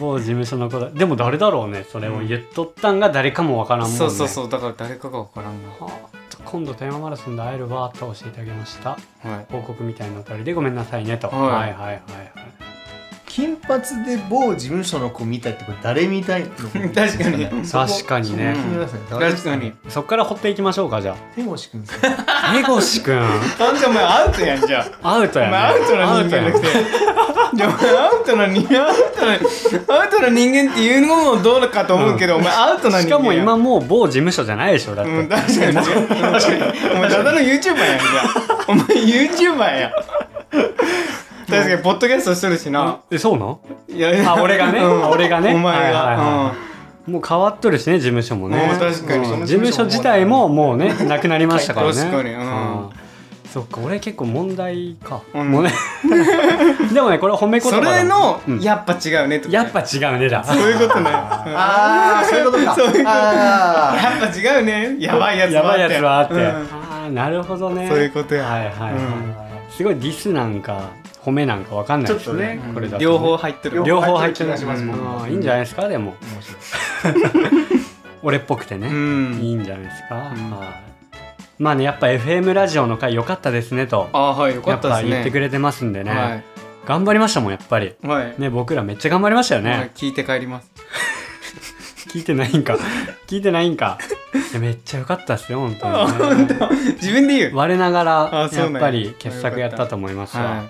Speaker 2: 某事務所の子だでも誰だろうねそれを言っとったんが誰かもわからんもんね
Speaker 3: そうそうそうだから誰かが分からんが
Speaker 2: はあ今度富山マラソンで会えるわと教えてあげました
Speaker 3: はい
Speaker 2: 報告みたいなお便りでごめんなさいねと、は、
Speaker 3: はいい
Speaker 2: はいはいはい
Speaker 1: 金髪で某事務所の子見たってこれ誰見 たいの
Speaker 3: 確かに
Speaker 2: 確かにね
Speaker 1: そこ気になりますね誰で
Speaker 3: 確
Speaker 1: すか
Speaker 3: かに
Speaker 2: そっから掘っていきましょうかじゃ
Speaker 1: 手越くんです
Speaker 2: あ江越くん
Speaker 3: あんじゃお前アウトやんじゃあ
Speaker 2: アウト
Speaker 3: お
Speaker 2: や
Speaker 3: 前
Speaker 2: ね
Speaker 3: アウトな人間
Speaker 2: ア
Speaker 3: な
Speaker 2: ウト
Speaker 3: く
Speaker 2: や
Speaker 3: てじゃあお前アウトな人間アウトなアウトな人間っていうのもどうかと思うけど、お前アウトな
Speaker 2: ね
Speaker 3: 人間
Speaker 2: しかも
Speaker 3: やん
Speaker 2: 今もう某事務所じゃないでしょだって、
Speaker 3: うん、確 かに確かに確かにお前ただの YouTuber やんじゃあお前 YouTuber やん確かにポッドキャストしてるしな、
Speaker 2: えそうなん
Speaker 3: いや
Speaker 2: あ俺がね
Speaker 3: うん
Speaker 2: あ俺がね
Speaker 3: お前が、
Speaker 2: はいはいはいもう変わっとるしね事務所もね
Speaker 3: うん確かに
Speaker 2: うん事務所自体ももうねなくなりましたからね
Speaker 3: 確かにうん
Speaker 2: そっか俺結構問題か、
Speaker 3: うん
Speaker 2: もうね でもねこれは褒め
Speaker 3: う
Speaker 2: 言
Speaker 3: ん
Speaker 2: 葉
Speaker 3: そ
Speaker 2: だ
Speaker 3: れの、
Speaker 2: うん
Speaker 3: やっぱ違うねとかね
Speaker 2: やっぱ違うねだ
Speaker 3: そういうことねうん
Speaker 1: ああ そういうことかあ
Speaker 3: やっぱ違うねやばいやつ
Speaker 2: やばいやつはあって、
Speaker 3: うん
Speaker 2: ああなるほどね
Speaker 3: そういうことや
Speaker 2: はいはい、はいすごいディスなんか褒めなんかわかんないです
Speaker 1: ち
Speaker 2: ね
Speaker 1: ょっと
Speaker 2: これだとね
Speaker 3: 両方入ってる
Speaker 2: 両方入ってる
Speaker 1: 両方入ってる気がしますもん
Speaker 2: うんいいんじゃないですかでも
Speaker 1: ー面白い
Speaker 2: 俺っぽくてね、
Speaker 3: うん
Speaker 2: いいんじゃないですか、
Speaker 3: うん
Speaker 2: はいまあねやっぱ FM ラジオの回良かったですねと
Speaker 3: あはいよか
Speaker 2: や
Speaker 3: っ
Speaker 2: った
Speaker 3: で
Speaker 2: ぱ
Speaker 3: すね
Speaker 2: 言ってくれてますんでね、
Speaker 3: はい
Speaker 2: 頑張りましたもんやっぱり
Speaker 3: はい、
Speaker 2: ね僕らめっちゃ頑張りましたよね、
Speaker 3: はい聞いて帰ります
Speaker 2: 聞いてないんか 聞いてないんかいやめっちゃ良かったっす よ本当に、ね、
Speaker 3: 自分で言う
Speaker 2: 我ながら
Speaker 3: あそ
Speaker 2: や
Speaker 3: うな
Speaker 2: っ
Speaker 3: んや
Speaker 2: ぱり傑作やったと思いますわ、
Speaker 3: は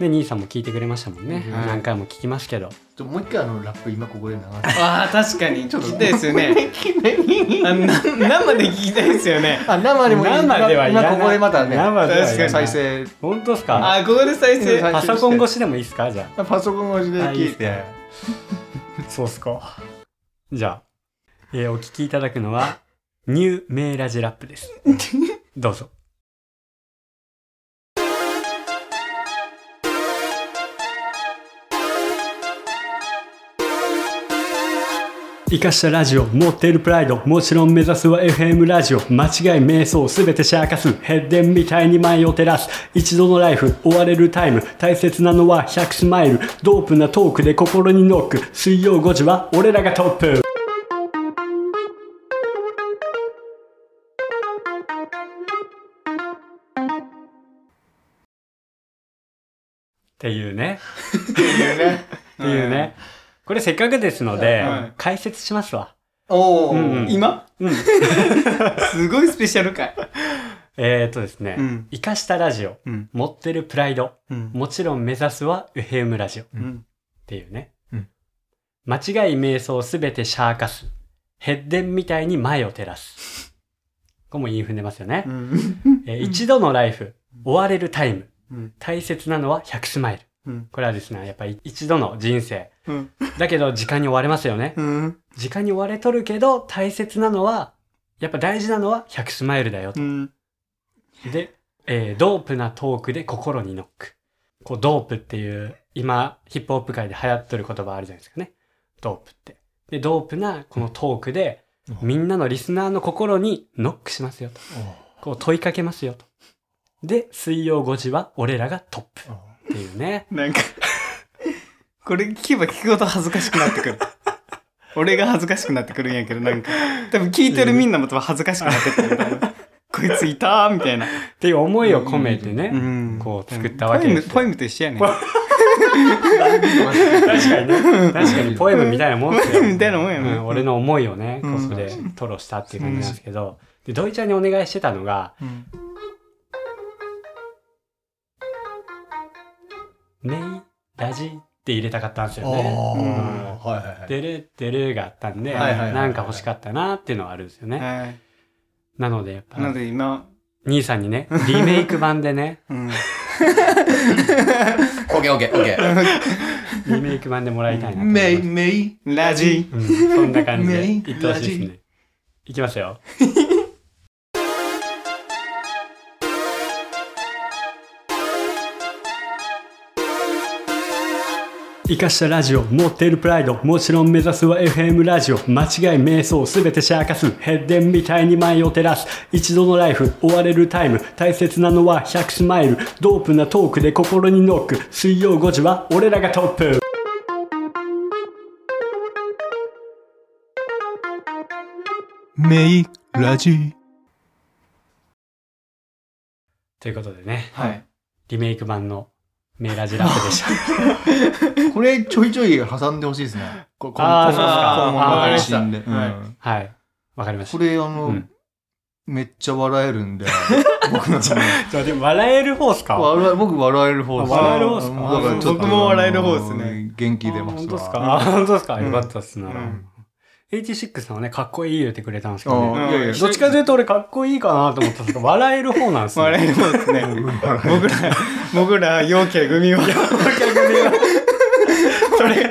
Speaker 2: で兄さんも聞いてくれましたもんね、
Speaker 3: はい
Speaker 2: 何回も聞きますけど
Speaker 1: ちょもう一回あのラップ今ここで流す
Speaker 3: い、あー確かにちょっと聞きたいですよ ね
Speaker 1: ね
Speaker 3: あな生で聞きたいですよね。
Speaker 1: あ生でもいい
Speaker 2: 生ではいらない
Speaker 1: 今ここでまたね
Speaker 2: 生ではいらない
Speaker 3: 確かに
Speaker 1: 再生
Speaker 2: 本当ですか
Speaker 3: あ、ここで再生。
Speaker 1: は
Speaker 3: はいい。
Speaker 2: パソコン越しでもいいですかじゃ
Speaker 1: パソコン越しで
Speaker 2: あいい
Speaker 1: 聞
Speaker 2: っ
Speaker 1: い
Speaker 2: すね
Speaker 1: て
Speaker 2: そうっすかじゃあ、えーお聞きいただくのはニューメイラジラップです どうぞ生かしたラジオ持っているプライドもちろん目指すは FM ラジオ間違い瞑想すべてシャーカスヘッデンみたいに前を照らす一度のライフ追われるタイム大切なのは100スマイルドープなトークで心にノック水曜5時は俺らがトップっていうね っていうね、これせっかくですので、
Speaker 3: はい
Speaker 2: 解説しますわ
Speaker 1: おお、
Speaker 2: うんうん
Speaker 3: 今
Speaker 2: うん
Speaker 3: すごいスペシャル回。
Speaker 2: えーっとですね、
Speaker 3: うん。
Speaker 2: 生かしたラジオ
Speaker 3: うん。
Speaker 2: 持ってるプライド
Speaker 3: うん。
Speaker 2: もちろん目指すはウヘウムラジオっ
Speaker 3: うん。
Speaker 2: ていうね、
Speaker 1: うん
Speaker 2: 間違い瞑想すべてシャーカスヘッデンみたいに前を照らすこれも言い踏んでますよね、えー一度のライフ追われるタイム
Speaker 3: うん。
Speaker 2: 大切なのは100スマイル
Speaker 3: うん。
Speaker 2: これはですねやっぱり一度の人生
Speaker 3: うん。
Speaker 2: だけど時間に追われますよね
Speaker 3: うん。
Speaker 2: 時間に追われとるけど大切なのはやっぱ大事なのは100スマイルだよと
Speaker 3: うん。
Speaker 2: で、えードープなトークで心にノック。こう、ドープっていう、今、ヒップホップ界で流行ってる言葉あるじゃないですかね。ドープって。で、ドープなこのトークで、みんなのリスナーの心にノックしますよと。こう、問いかけますよと。で、水曜5時は俺らがトップっていう ね。
Speaker 3: なんか、これ聞けば聞くほど恥ずかしくなってくる。俺が恥ずかしくなってくるんやけど、なんか、多分聞いてるみんなも多分恥ずかしくなってくる。多分こいついたーみたいな。
Speaker 2: っていう思いを込めてね。
Speaker 3: うん
Speaker 2: こう作ったわけですよ
Speaker 3: ポエムポエムと一緒やねん。
Speaker 2: 確かにね。確かに、ポエムみたいなもんですよ
Speaker 3: ポエムみたいなもんやね
Speaker 2: う俺の思いをね、こ
Speaker 3: うん
Speaker 2: こで吐露したっていう感じなんですけど、で、ドイちゃんにお願いしてたのが、
Speaker 3: うん
Speaker 2: メイラジって入れたかったんですよね。
Speaker 1: おー
Speaker 3: うん
Speaker 1: はいはいはい
Speaker 2: デルデルがあったんで、
Speaker 1: はいはいはいはい
Speaker 2: なんか欲しかったなっていうのはあるんですよね。
Speaker 3: はい
Speaker 2: なのでやっぱ、
Speaker 3: なので今、
Speaker 2: 兄さんにね、リメイク版で ね、
Speaker 3: うん。
Speaker 1: オッケーオッケーオッケー。
Speaker 2: リメイク版でもらいたいなと思います
Speaker 1: メイメイ。
Speaker 3: ラジ。
Speaker 2: うん、そんな感じで
Speaker 1: ね
Speaker 2: いってほしいですね。いきますよ。 生かしたラジオ持っているプライドもちろん目指すは FM ラジオ間違い瞑想すべてシャーカスヘッデンみたいに前を照らす一度のライフ追われるタイム大切なのは100スマイルドープなトークで心にノック水曜5時は俺らがトップ
Speaker 5: メイラジ
Speaker 2: ということでね
Speaker 1: はい。
Speaker 2: リメイク版のメラジラップで した。
Speaker 1: これちょいちょい挟んでほしいですね。ここ
Speaker 2: あー
Speaker 1: こ
Speaker 2: そうっすか
Speaker 1: 今後の
Speaker 2: あーわかりま
Speaker 1: 配
Speaker 3: した
Speaker 1: 信で。うん
Speaker 3: はい
Speaker 2: はい。わかりまし
Speaker 1: こ
Speaker 2: た。
Speaker 1: れあの、
Speaker 2: うん
Speaker 1: めっちゃ笑えるんで。僕の
Speaker 2: ちょでも笑える方っすか
Speaker 1: 笑え僕笑える方です。
Speaker 2: あ笑える方っすか
Speaker 1: もうだからちょっと
Speaker 3: 僕も笑える方ですね。
Speaker 1: 元気出ますわ。
Speaker 2: 本当っすかあ、本当っすか
Speaker 3: うん
Speaker 2: よかったっすな
Speaker 3: う。ん
Speaker 2: 86さんはね、かっこいい言ってくれたんですけど
Speaker 1: あ
Speaker 2: ね。
Speaker 1: ーいやいや
Speaker 2: どっちかというと俺かっこいいかなと思ったん ですけど、笑える方なんですね。
Speaker 3: 笑える方ですね。僕ら、僕ら、陽キャ組は。
Speaker 2: それ、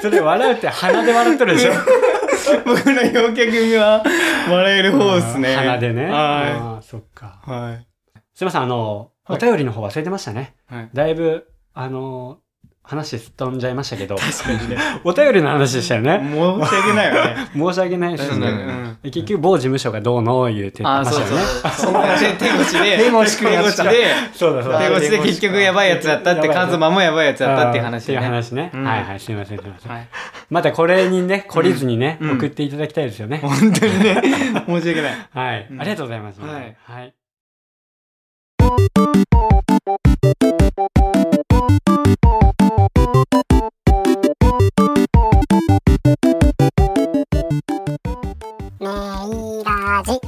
Speaker 2: それ笑うって鼻で笑ってるでしょ。
Speaker 3: 僕ら陽キャ組は、笑える方ですね。
Speaker 2: 鼻でね。
Speaker 3: は
Speaker 2: あーそっか。
Speaker 3: い。はい。
Speaker 2: すいません、あの、お
Speaker 3: はい
Speaker 2: 便りの方忘れてましたね。
Speaker 3: はい
Speaker 2: だいぶ、あの、話すっ飛んじゃいましたけど、
Speaker 3: 確かにね。
Speaker 2: お便りの話でしたよね。
Speaker 3: 申し訳ないよね。
Speaker 2: 申し訳ないです
Speaker 1: うん。
Speaker 2: ね
Speaker 3: うん。
Speaker 2: で結局某事務所がどうの言うてましたよね。
Speaker 3: そんな手口で、手越しで、
Speaker 2: そうだそうだ。
Speaker 3: 手越しで結局やばいやつだったって、カズマもやばいやつだったっていう話
Speaker 2: ってい
Speaker 3: ね。
Speaker 2: う話ね。
Speaker 3: うん
Speaker 2: はいはい、すいません、すいません。
Speaker 3: はい
Speaker 2: またこれにね、懲りずにね、
Speaker 3: うん
Speaker 2: 送っていただきたいですよね。
Speaker 3: 本当にね、申し訳ない。
Speaker 2: はい、
Speaker 3: うん
Speaker 2: ありがとうございます。
Speaker 3: はい
Speaker 2: はい。
Speaker 4: メイラジ。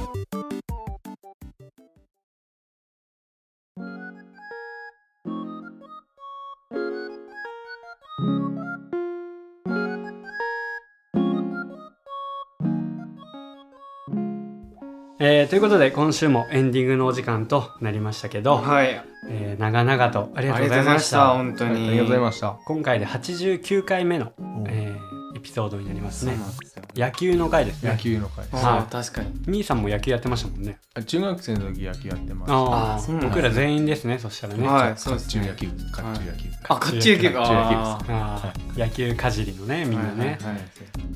Speaker 2: えーということで、今週もエンディングのお時間となりましたけど、
Speaker 3: はい。
Speaker 2: えー長々とありが
Speaker 3: あ
Speaker 2: とうございう
Speaker 3: りがとござい
Speaker 2: ま
Speaker 3: ま
Speaker 2: し
Speaker 3: した、
Speaker 2: た。
Speaker 3: 本当
Speaker 1: あ
Speaker 3: に。
Speaker 1: りがとうございました。
Speaker 2: 今回で89回目の、
Speaker 1: お
Speaker 2: えーエピソードになりますね
Speaker 3: そう。なんですよ
Speaker 2: 野球の回です
Speaker 1: 野
Speaker 2: ね。
Speaker 1: 球の会。
Speaker 2: はい
Speaker 3: あー確かに。
Speaker 2: 兄さんも野球やってましたもんね。
Speaker 1: あ中学生の時野球やってました。
Speaker 2: あ
Speaker 3: あー
Speaker 2: あ
Speaker 3: そうなんですね
Speaker 2: 僕ら全員ですね、そしたらね。
Speaker 3: はい、そう
Speaker 1: 甲
Speaker 3: です
Speaker 1: 冑野
Speaker 3: ね。
Speaker 1: 球部、甲冑野球部。
Speaker 3: あ、こっち行けば。
Speaker 1: 甲冑野球部
Speaker 3: あー
Speaker 2: あー野球かじりのねみんなね、
Speaker 3: はいはい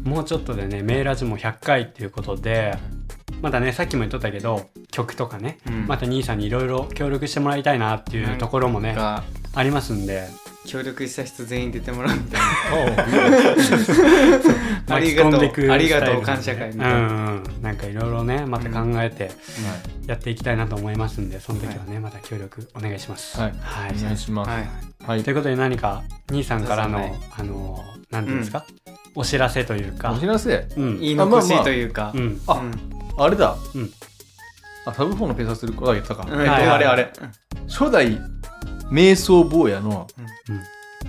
Speaker 2: もうちょっとでねメーラジも100回っていうことでまたねさっきも言っとったけど曲とかね、
Speaker 3: うん
Speaker 2: また兄さんにいろいろ協力してもらいたいなっていうところもね、
Speaker 3: が
Speaker 2: ありますんで
Speaker 3: 協力した人全員出てもらうみたい な。あ
Speaker 2: 巻
Speaker 3: り
Speaker 2: き
Speaker 3: がとう
Speaker 2: 込んでいくスタイルでね
Speaker 3: ありがとう感謝会みたいな
Speaker 2: うんうんなんかいろいろねまた考えて
Speaker 1: は
Speaker 2: やっていきたいなと思いますんでその時はねまた協力お願いします
Speaker 1: はい。
Speaker 2: はい
Speaker 1: お願いします。
Speaker 3: はい。
Speaker 1: はい
Speaker 2: とい。うことで何か兄さんからの、
Speaker 3: そうで
Speaker 2: あの何ていうんですか、お知らせというか
Speaker 1: お知らせ、
Speaker 2: うん
Speaker 3: 言い残しというか
Speaker 2: う。ん
Speaker 1: あ
Speaker 3: うん
Speaker 1: あれだ。
Speaker 2: うん
Speaker 1: あ、サブ4のペーサーすることだ言ったか。
Speaker 3: うん
Speaker 2: はい
Speaker 3: あれあれ。
Speaker 1: 初代瞑想坊やの
Speaker 2: うんうん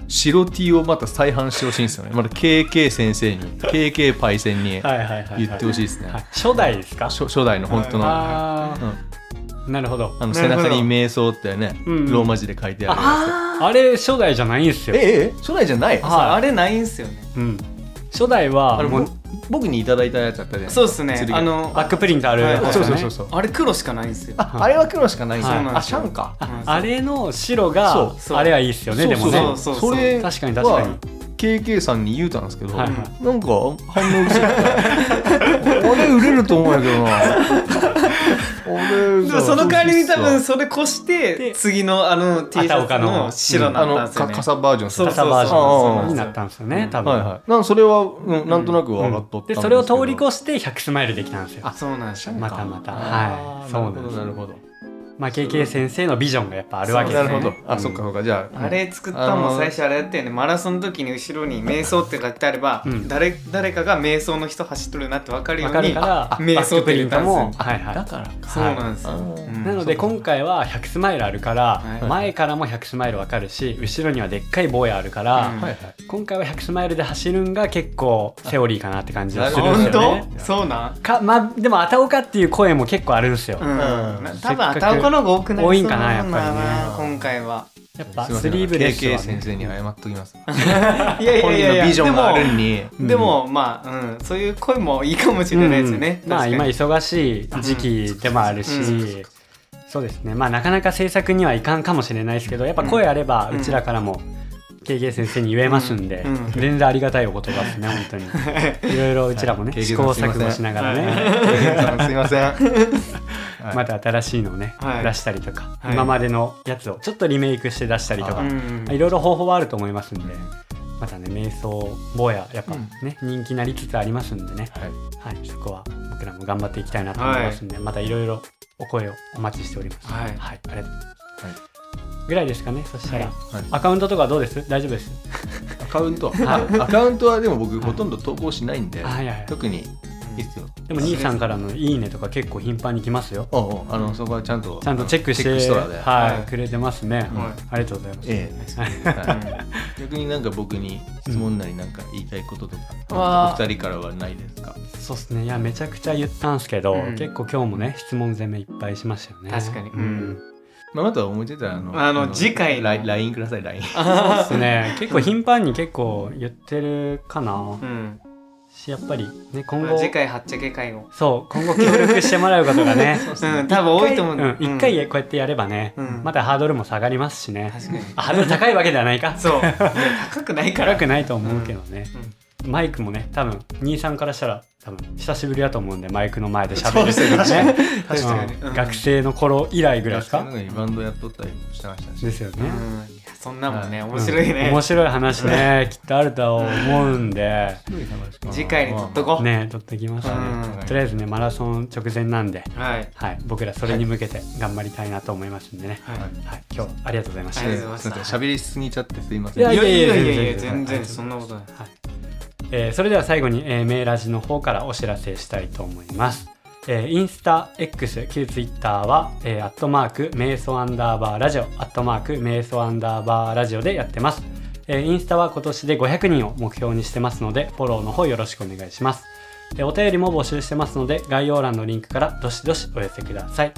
Speaker 1: 白 T をまた再販してほしいんですよね。まだ KK 先生に、KK パイセンに
Speaker 2: はいはいはいはい
Speaker 1: 言ってほしいですね。
Speaker 2: はい初代ですか
Speaker 1: 初初代の本当の、
Speaker 2: あ
Speaker 1: うん
Speaker 2: あなるほど
Speaker 1: あの
Speaker 3: な
Speaker 1: 背
Speaker 3: るほど
Speaker 1: 中に瞑想ってね、
Speaker 2: うんうん
Speaker 1: ローマ字で書いてあるや
Speaker 2: あれ初代じゃないんです
Speaker 1: つ。
Speaker 2: よ
Speaker 1: え、ええ初代じゃない
Speaker 2: あ
Speaker 1: あ
Speaker 2: はい
Speaker 3: あれないんすよね。
Speaker 2: うん、初代は
Speaker 1: れ
Speaker 2: も
Speaker 1: も
Speaker 2: う
Speaker 1: 僕にいただいたやつだったじゃない
Speaker 3: そうっすね
Speaker 1: 釣。り
Speaker 3: あ
Speaker 1: 具
Speaker 3: の、
Speaker 2: バックプリントある
Speaker 3: はいはい
Speaker 2: やつ
Speaker 1: そう
Speaker 2: だ
Speaker 1: そう
Speaker 2: ね
Speaker 1: そうそう。
Speaker 3: あれ黒しかないんすよ。
Speaker 1: ああれは黒しかないんですよ。
Speaker 3: はい
Speaker 1: あ、シャンか。
Speaker 2: あ
Speaker 3: うん
Speaker 2: あれの白が
Speaker 3: そう
Speaker 2: あれはいいっすよねでも
Speaker 1: そう
Speaker 2: ね
Speaker 1: そう
Speaker 3: そうそ
Speaker 1: そ
Speaker 3: う
Speaker 1: れ
Speaker 2: 確かに確かに
Speaker 1: は KK さんに言うたんですけど、
Speaker 2: はいはい
Speaker 1: なんか反応薄い から。俺売れると思うんやけどな。俺
Speaker 3: でもその代わりに多分
Speaker 1: そう
Speaker 3: それ越し
Speaker 2: で
Speaker 3: て次のあの T シャツ
Speaker 2: 片岡の
Speaker 3: の白
Speaker 1: あ
Speaker 3: なった
Speaker 1: の
Speaker 3: んですよ
Speaker 1: か
Speaker 3: ね。
Speaker 1: 傘バージョンです
Speaker 3: そう
Speaker 1: ね
Speaker 2: カサバージョンになったんですよね多分、
Speaker 1: はいはい。なんかそれは、うん、なんとなく分かっとったん
Speaker 2: です
Speaker 1: けど
Speaker 2: それを通り越して100スマイルできたんですよ
Speaker 3: あそうなんですよね。
Speaker 2: またまた
Speaker 1: あ
Speaker 2: は
Speaker 1: ー
Speaker 2: いそうなん
Speaker 1: なる
Speaker 2: で
Speaker 1: ほ
Speaker 2: す
Speaker 1: どなるほど。
Speaker 2: まあ KK 先生のビジョンがやっぱあるわけです
Speaker 1: な
Speaker 2: ね
Speaker 1: るほどあ、
Speaker 2: うん
Speaker 1: そっかそっかじゃあ
Speaker 3: あれ作ったの
Speaker 1: あ
Speaker 3: も
Speaker 1: の
Speaker 3: 最初あれやったよねマラソンの時に後ろに「瞑想」って書いてあれば、
Speaker 2: うん
Speaker 3: 誰誰かが瞑想の人走っとるなって分かるよ
Speaker 2: わ
Speaker 3: う
Speaker 2: かる
Speaker 3: に
Speaker 2: から
Speaker 3: 瞑想って言ったんです
Speaker 2: バックプリント
Speaker 3: よ
Speaker 2: もはいはい
Speaker 1: だからか
Speaker 3: そうなんですよ、
Speaker 1: あー
Speaker 3: うん
Speaker 2: なので今回は100スマイルあるから、
Speaker 3: はい
Speaker 2: 前からも100スマイルわかるし後ろにはでっかい坊やあるから、
Speaker 3: うん
Speaker 1: はいはい
Speaker 2: 今回は100スマイルで走るんが結構セオリーかなって感じがするんです
Speaker 3: 本
Speaker 2: よね。
Speaker 3: 当そうなん
Speaker 2: かまあでも「あたおか」っていう声も結構あるんですよ。
Speaker 3: うんん、多分あたおかの方が多くなりそう
Speaker 2: 多いんかなやっぱりね
Speaker 3: んだな今回は
Speaker 2: やっぱ
Speaker 1: すいま
Speaker 2: ス
Speaker 1: せん
Speaker 2: リーブレスは、
Speaker 1: KK
Speaker 2: ね、
Speaker 1: 先生に謝っときます
Speaker 3: いやい
Speaker 1: 本人
Speaker 3: やいやい
Speaker 1: の
Speaker 3: や
Speaker 1: ビジョンがあるに
Speaker 3: でもでもまあ、うん、そういう声もいいかもしれないですよね、
Speaker 2: うんまあ
Speaker 3: 確
Speaker 2: 今
Speaker 3: かに
Speaker 2: 忙しい時期でもあるし、
Speaker 3: うん
Speaker 2: そうですねまあなかなか制作にはいかんかもしれないですけどやっぱ声あれば
Speaker 3: うん
Speaker 2: うちらからも KK 先生に言えますんで、
Speaker 3: うんうん
Speaker 2: 全然ありがたいお言葉ですね本当にいろいろうちらもね、
Speaker 1: はい
Speaker 2: 試
Speaker 1: KK
Speaker 2: 行
Speaker 1: さんすいません
Speaker 2: 錯誤しながらね、
Speaker 1: すいません。はい
Speaker 2: また新しいのをね、
Speaker 3: はい
Speaker 2: 出したりとか、
Speaker 3: はい
Speaker 2: 今までのやつをちょっとリメイクして出したりとか、
Speaker 1: あ
Speaker 2: ま
Speaker 3: うん
Speaker 2: あいろいろ方法はあると思いますんで、またね瞑想坊ややっぱ
Speaker 1: うん
Speaker 2: ね、人気になりつつありますんでね、
Speaker 1: はい
Speaker 2: はい、そこは僕らも頑張っていきたいなと思いますんで、またいろいろお声をお待ちしております。あ
Speaker 3: はい
Speaker 2: りがとうございます。ぐらいですかね。そしたら、
Speaker 1: はい
Speaker 2: アカウントとかどうです？大丈夫です。
Speaker 1: アカウント、
Speaker 2: はい
Speaker 1: アカウントはでも僕
Speaker 2: はい
Speaker 1: ほとんど投稿しないんで、
Speaker 2: はいはいはい
Speaker 1: 特にいいっすよ。
Speaker 2: でも兄さんからのいいねとか結構頻繁に来ますよ。
Speaker 1: おうおうあのそこはちゃんと
Speaker 2: ちゃんとチェックして、
Speaker 1: チェックたで、
Speaker 2: はい、
Speaker 3: はい
Speaker 2: くれてますね、
Speaker 3: は
Speaker 2: ありがとうございます。
Speaker 1: ええはい逆になんか僕に質問なりなんか言いたいことと
Speaker 3: うん
Speaker 1: か、お二人からはないですか。
Speaker 2: そうですね。いやめちゃくちゃ言ったんすけど、
Speaker 3: うん
Speaker 2: 結構今日もね質問攻めいっぱいしましたよね。
Speaker 3: 確かにうん
Speaker 1: まあまた思いついたらあの
Speaker 3: あの次回の
Speaker 1: ラインラインくださいライン。
Speaker 2: そうですね。結構頻繁に結構言ってるかな。
Speaker 3: うん
Speaker 2: しやっぱりね今
Speaker 3: まあ
Speaker 2: 後
Speaker 3: 次回はっちゃけ会を
Speaker 2: そう今後協力してもらうことがね
Speaker 3: うん 多分多いと思う
Speaker 2: 一回うん一回こうやってやればね、
Speaker 3: うん
Speaker 2: またハードルも下がりますしね
Speaker 3: 確かに
Speaker 2: あ ハードル高いわけではないか
Speaker 3: そう高くないから
Speaker 2: 高くないと思うけどね、
Speaker 3: うん
Speaker 2: マイクもね多分兄さんからしたら多分久しぶりだと思うんでマイクの前で喋るっていうのはね
Speaker 3: 確
Speaker 2: うん
Speaker 3: かに確かにうん
Speaker 2: 学生の頃以来ぐらいですか
Speaker 1: なんかバンドやっとったりもしてましたし。
Speaker 2: ですよね、
Speaker 3: うんいやそんなもんね面白い
Speaker 2: うん
Speaker 3: ね
Speaker 2: 面白い話 ねきっとあるとは思うんで
Speaker 3: 次回に撮っとこう
Speaker 2: ね取ってきますね、
Speaker 3: うん
Speaker 2: とりあえずねマラソン直前なんで
Speaker 3: はい
Speaker 2: はい、僕らそれに向けて頑張りたいなと思いますんでね。
Speaker 3: はい
Speaker 2: はい、今日はありがとうございました。
Speaker 3: ありがとうございました
Speaker 1: 喋りすぎちゃってすいませ
Speaker 2: いや
Speaker 1: ん。
Speaker 3: いやいやいや
Speaker 2: 全然
Speaker 3: いや全
Speaker 2: 全然
Speaker 3: 然そんなことない
Speaker 2: はいえーそれでは最後に、えーメーラジの方からお知らせしたいと思います。えーインスタ X 旧ツイッターは、えーアットマーク瞑想アンダーバーラジオアットマーク瞑想アンダーバーラジオでやってます、えーインスタは今年で500人を目標にしてますのでフォローの方よろしくお願いしますえーお便りも募集してますので概要欄のリンクからどしどしお寄せください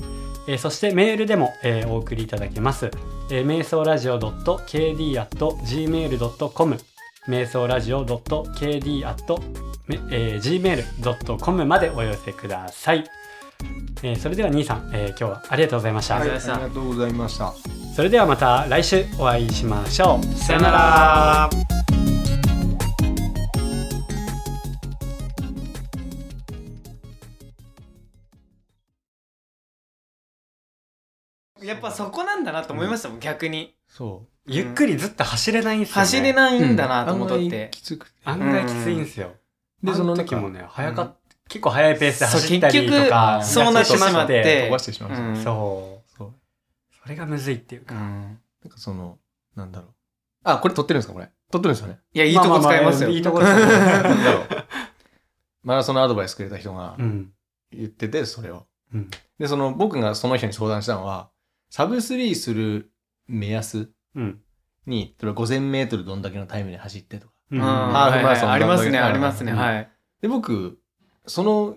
Speaker 2: えーそしてメールでも、えーお送りいただけます。えー、瞑想ラジオ .kd.gmail.com 瞑想ラジオ .kd.gmail.com までお寄せください。えーそれでは兄さん、えー今日はありがとうございました。
Speaker 3: はい
Speaker 1: ありがとうございました。
Speaker 2: それではまた来週お会いしましょう。
Speaker 3: さよならやっぱそこなんだなと思いましたもん逆に
Speaker 1: そう。
Speaker 2: ゆっくりずっと走れないんですよ、ね。
Speaker 3: 走れないんだなと
Speaker 1: あん
Speaker 3: 思っ
Speaker 1: ま
Speaker 3: とっ
Speaker 1: り
Speaker 3: て
Speaker 1: きつくて。
Speaker 2: 案外きついんですよ。
Speaker 1: で
Speaker 2: で
Speaker 1: そ
Speaker 2: そ
Speaker 1: の
Speaker 2: の
Speaker 1: 時
Speaker 2: 時
Speaker 1: も
Speaker 2: も
Speaker 1: ね
Speaker 2: ね早かっ結構速いペースで走ったり
Speaker 3: そう
Speaker 2: とか
Speaker 3: 結局そうなってしまっ
Speaker 2: イライラ
Speaker 3: て
Speaker 1: 飛ばしてしまいました。
Speaker 3: うん
Speaker 2: そう
Speaker 1: そう。
Speaker 2: それがむずいっていう
Speaker 3: う
Speaker 2: か、
Speaker 3: ん
Speaker 1: なんかそのなんだろう。あこれ撮ってるんですかこれ。撮ってるんですよね。
Speaker 3: いやいいとこ使いますよ
Speaker 2: あああいいとこですよね
Speaker 1: なんだろう。マラソンのアドバイスくれた人が
Speaker 2: うん
Speaker 1: 言ってて、それを。
Speaker 2: うん
Speaker 1: で、その僕がその人に相談したのは、サブ3する目安
Speaker 2: うん
Speaker 1: に、例えば5000メートルどんだけのタイムで走ってとか。
Speaker 2: うん
Speaker 1: ハーフマラソン
Speaker 3: はいはいありますね
Speaker 1: うん
Speaker 3: ありますね
Speaker 2: うん
Speaker 3: はい
Speaker 1: で、僕、その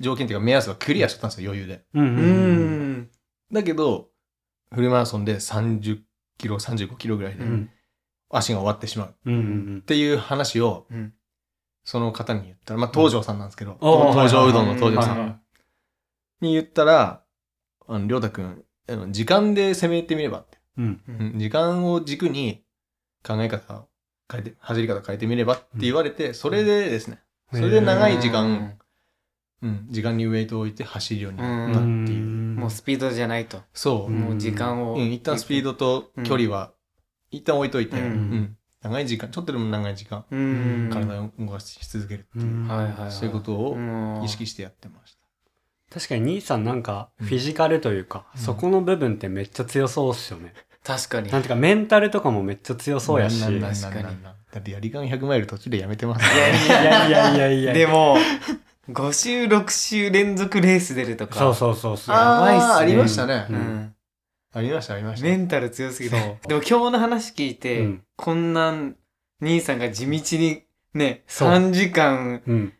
Speaker 1: 条件っていうか目安はクリアしとったんですよ、余裕で。
Speaker 2: うん
Speaker 3: う
Speaker 2: うん
Speaker 3: ん
Speaker 1: だけど、フルマラソンで30キロ、35キロぐらいで
Speaker 2: うんうん
Speaker 1: 足が終わってしまうっ
Speaker 2: うんうん
Speaker 1: ていう話を
Speaker 3: うん、
Speaker 1: その方に言ったら、まあ、東條さんなんですけど、
Speaker 2: おー
Speaker 1: 東條うどんの
Speaker 3: 登
Speaker 1: 東條さ
Speaker 2: はい
Speaker 3: 場
Speaker 2: はい
Speaker 1: ん
Speaker 2: はい
Speaker 1: に言ったら、あの、りょうたくん、あの時間で攻めてみればって。
Speaker 2: うん
Speaker 1: うん時間を軸に考え方を変えて、走り方変えてみればって言われて、それでですね、それで長い時間、うん、時間にウェイトを置いて走るようになったっていう。
Speaker 2: ん
Speaker 3: もうスピードじゃないと
Speaker 1: そう、
Speaker 2: ん
Speaker 3: もう時間を
Speaker 1: うん、一旦スピードと距離は、一旦置いといて、
Speaker 3: うん
Speaker 1: うん長い時間、ちょっとでも長い時間、
Speaker 3: うん
Speaker 1: 体を動かし続けるっていう、
Speaker 2: うん
Speaker 3: はいはいはい
Speaker 1: そういうことを
Speaker 3: うん
Speaker 1: 意識してやってまし
Speaker 2: 確かに兄さんなんかフィジカルというか、
Speaker 1: うん
Speaker 2: そこの部分ってめっちゃ強そうっすよね。
Speaker 3: 確かに
Speaker 2: なんていうかメンタルとかもめっちゃ強そうやし。
Speaker 1: なんなんな
Speaker 2: い
Speaker 1: ん
Speaker 3: 確か
Speaker 1: なん
Speaker 3: に
Speaker 1: なんだってやりがん100マイル途中でやめてます
Speaker 3: いや
Speaker 2: やい
Speaker 3: いや
Speaker 2: やいやいや。
Speaker 3: でも5週6週連続レース出るとか
Speaker 2: そうそうそうそう。
Speaker 3: あーやばいっすね
Speaker 1: ありましたね、
Speaker 2: う
Speaker 3: うん
Speaker 1: ありましたありました
Speaker 3: メンタル強すぎて
Speaker 1: そう
Speaker 3: でも今日の話聞いて、
Speaker 2: うん
Speaker 3: こんなん兄さんが地道にね
Speaker 2: そう
Speaker 3: 3時間
Speaker 2: うん。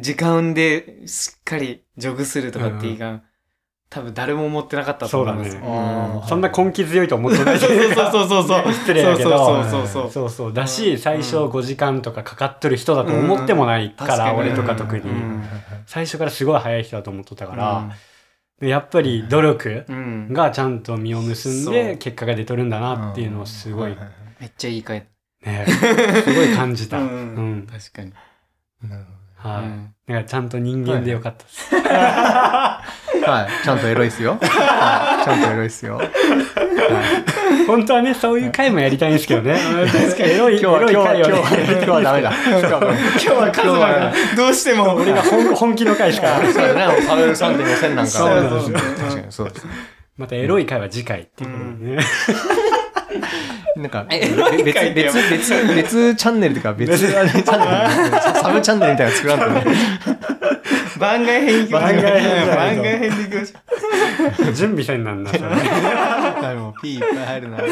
Speaker 3: 時間でしっかりジョグするとかっていいが、多分誰も思ってなかったと思います
Speaker 2: そうだ
Speaker 1: ね
Speaker 2: そんな根気強いと思ってない
Speaker 3: そうそうそうそうそ う
Speaker 2: 失礼やけど
Speaker 3: そうそうそうそうそう
Speaker 2: そうそうだし、
Speaker 3: うん
Speaker 2: 最初5時間とかかかっとる人だと思ってもないから、
Speaker 3: うん
Speaker 2: 俺とか特に、
Speaker 3: うん
Speaker 2: 最初からすごい早い人だと思っとった
Speaker 3: だ
Speaker 2: から、でやっぱり努力
Speaker 3: うん、うん
Speaker 2: がちゃんと実を結ん
Speaker 3: そ
Speaker 2: で
Speaker 3: う
Speaker 2: 結果が出とるんだなっていうのをすごい、
Speaker 1: うん
Speaker 3: めっちゃいい回
Speaker 2: ね すごい感じた、
Speaker 3: う
Speaker 2: うんん
Speaker 3: 確かに、
Speaker 1: なるほ
Speaker 2: はい、
Speaker 3: うん
Speaker 2: だからちゃんと人間でよかったです、
Speaker 1: どねはいちゃんとエロいっすよ、はい、ちゃんとエロいっすよ、はい、
Speaker 2: 本当はねそういう回もやりたいんですけどね確かにエロい
Speaker 1: 今日は
Speaker 2: エロ
Speaker 1: 今
Speaker 2: い
Speaker 1: 日は
Speaker 2: 回
Speaker 1: 今日は
Speaker 2: をね
Speaker 1: 今日はダメだ今日はダメだ
Speaker 3: 今日はカズマがどうしても
Speaker 2: 俺が本本気の回しか
Speaker 1: そうだねパウエル3.5千なんか
Speaker 2: そうなんですよ
Speaker 1: 確かにそうです
Speaker 2: またエロい回は次回っていうことでね、
Speaker 1: なんか、
Speaker 3: えなんか
Speaker 1: 別、別、
Speaker 3: 言ってよ
Speaker 1: 別、別チャンネルとか、別、チャンネル、サブチャンネルみたいなの作らんとね。
Speaker 3: 番外編行きましょ
Speaker 2: 番
Speaker 3: う
Speaker 2: 外編じゃない
Speaker 3: 番
Speaker 2: と
Speaker 3: 外編で行きましょ う
Speaker 2: 準備せんなんなそれ
Speaker 1: あもう、ピーいっぱい入るな。はい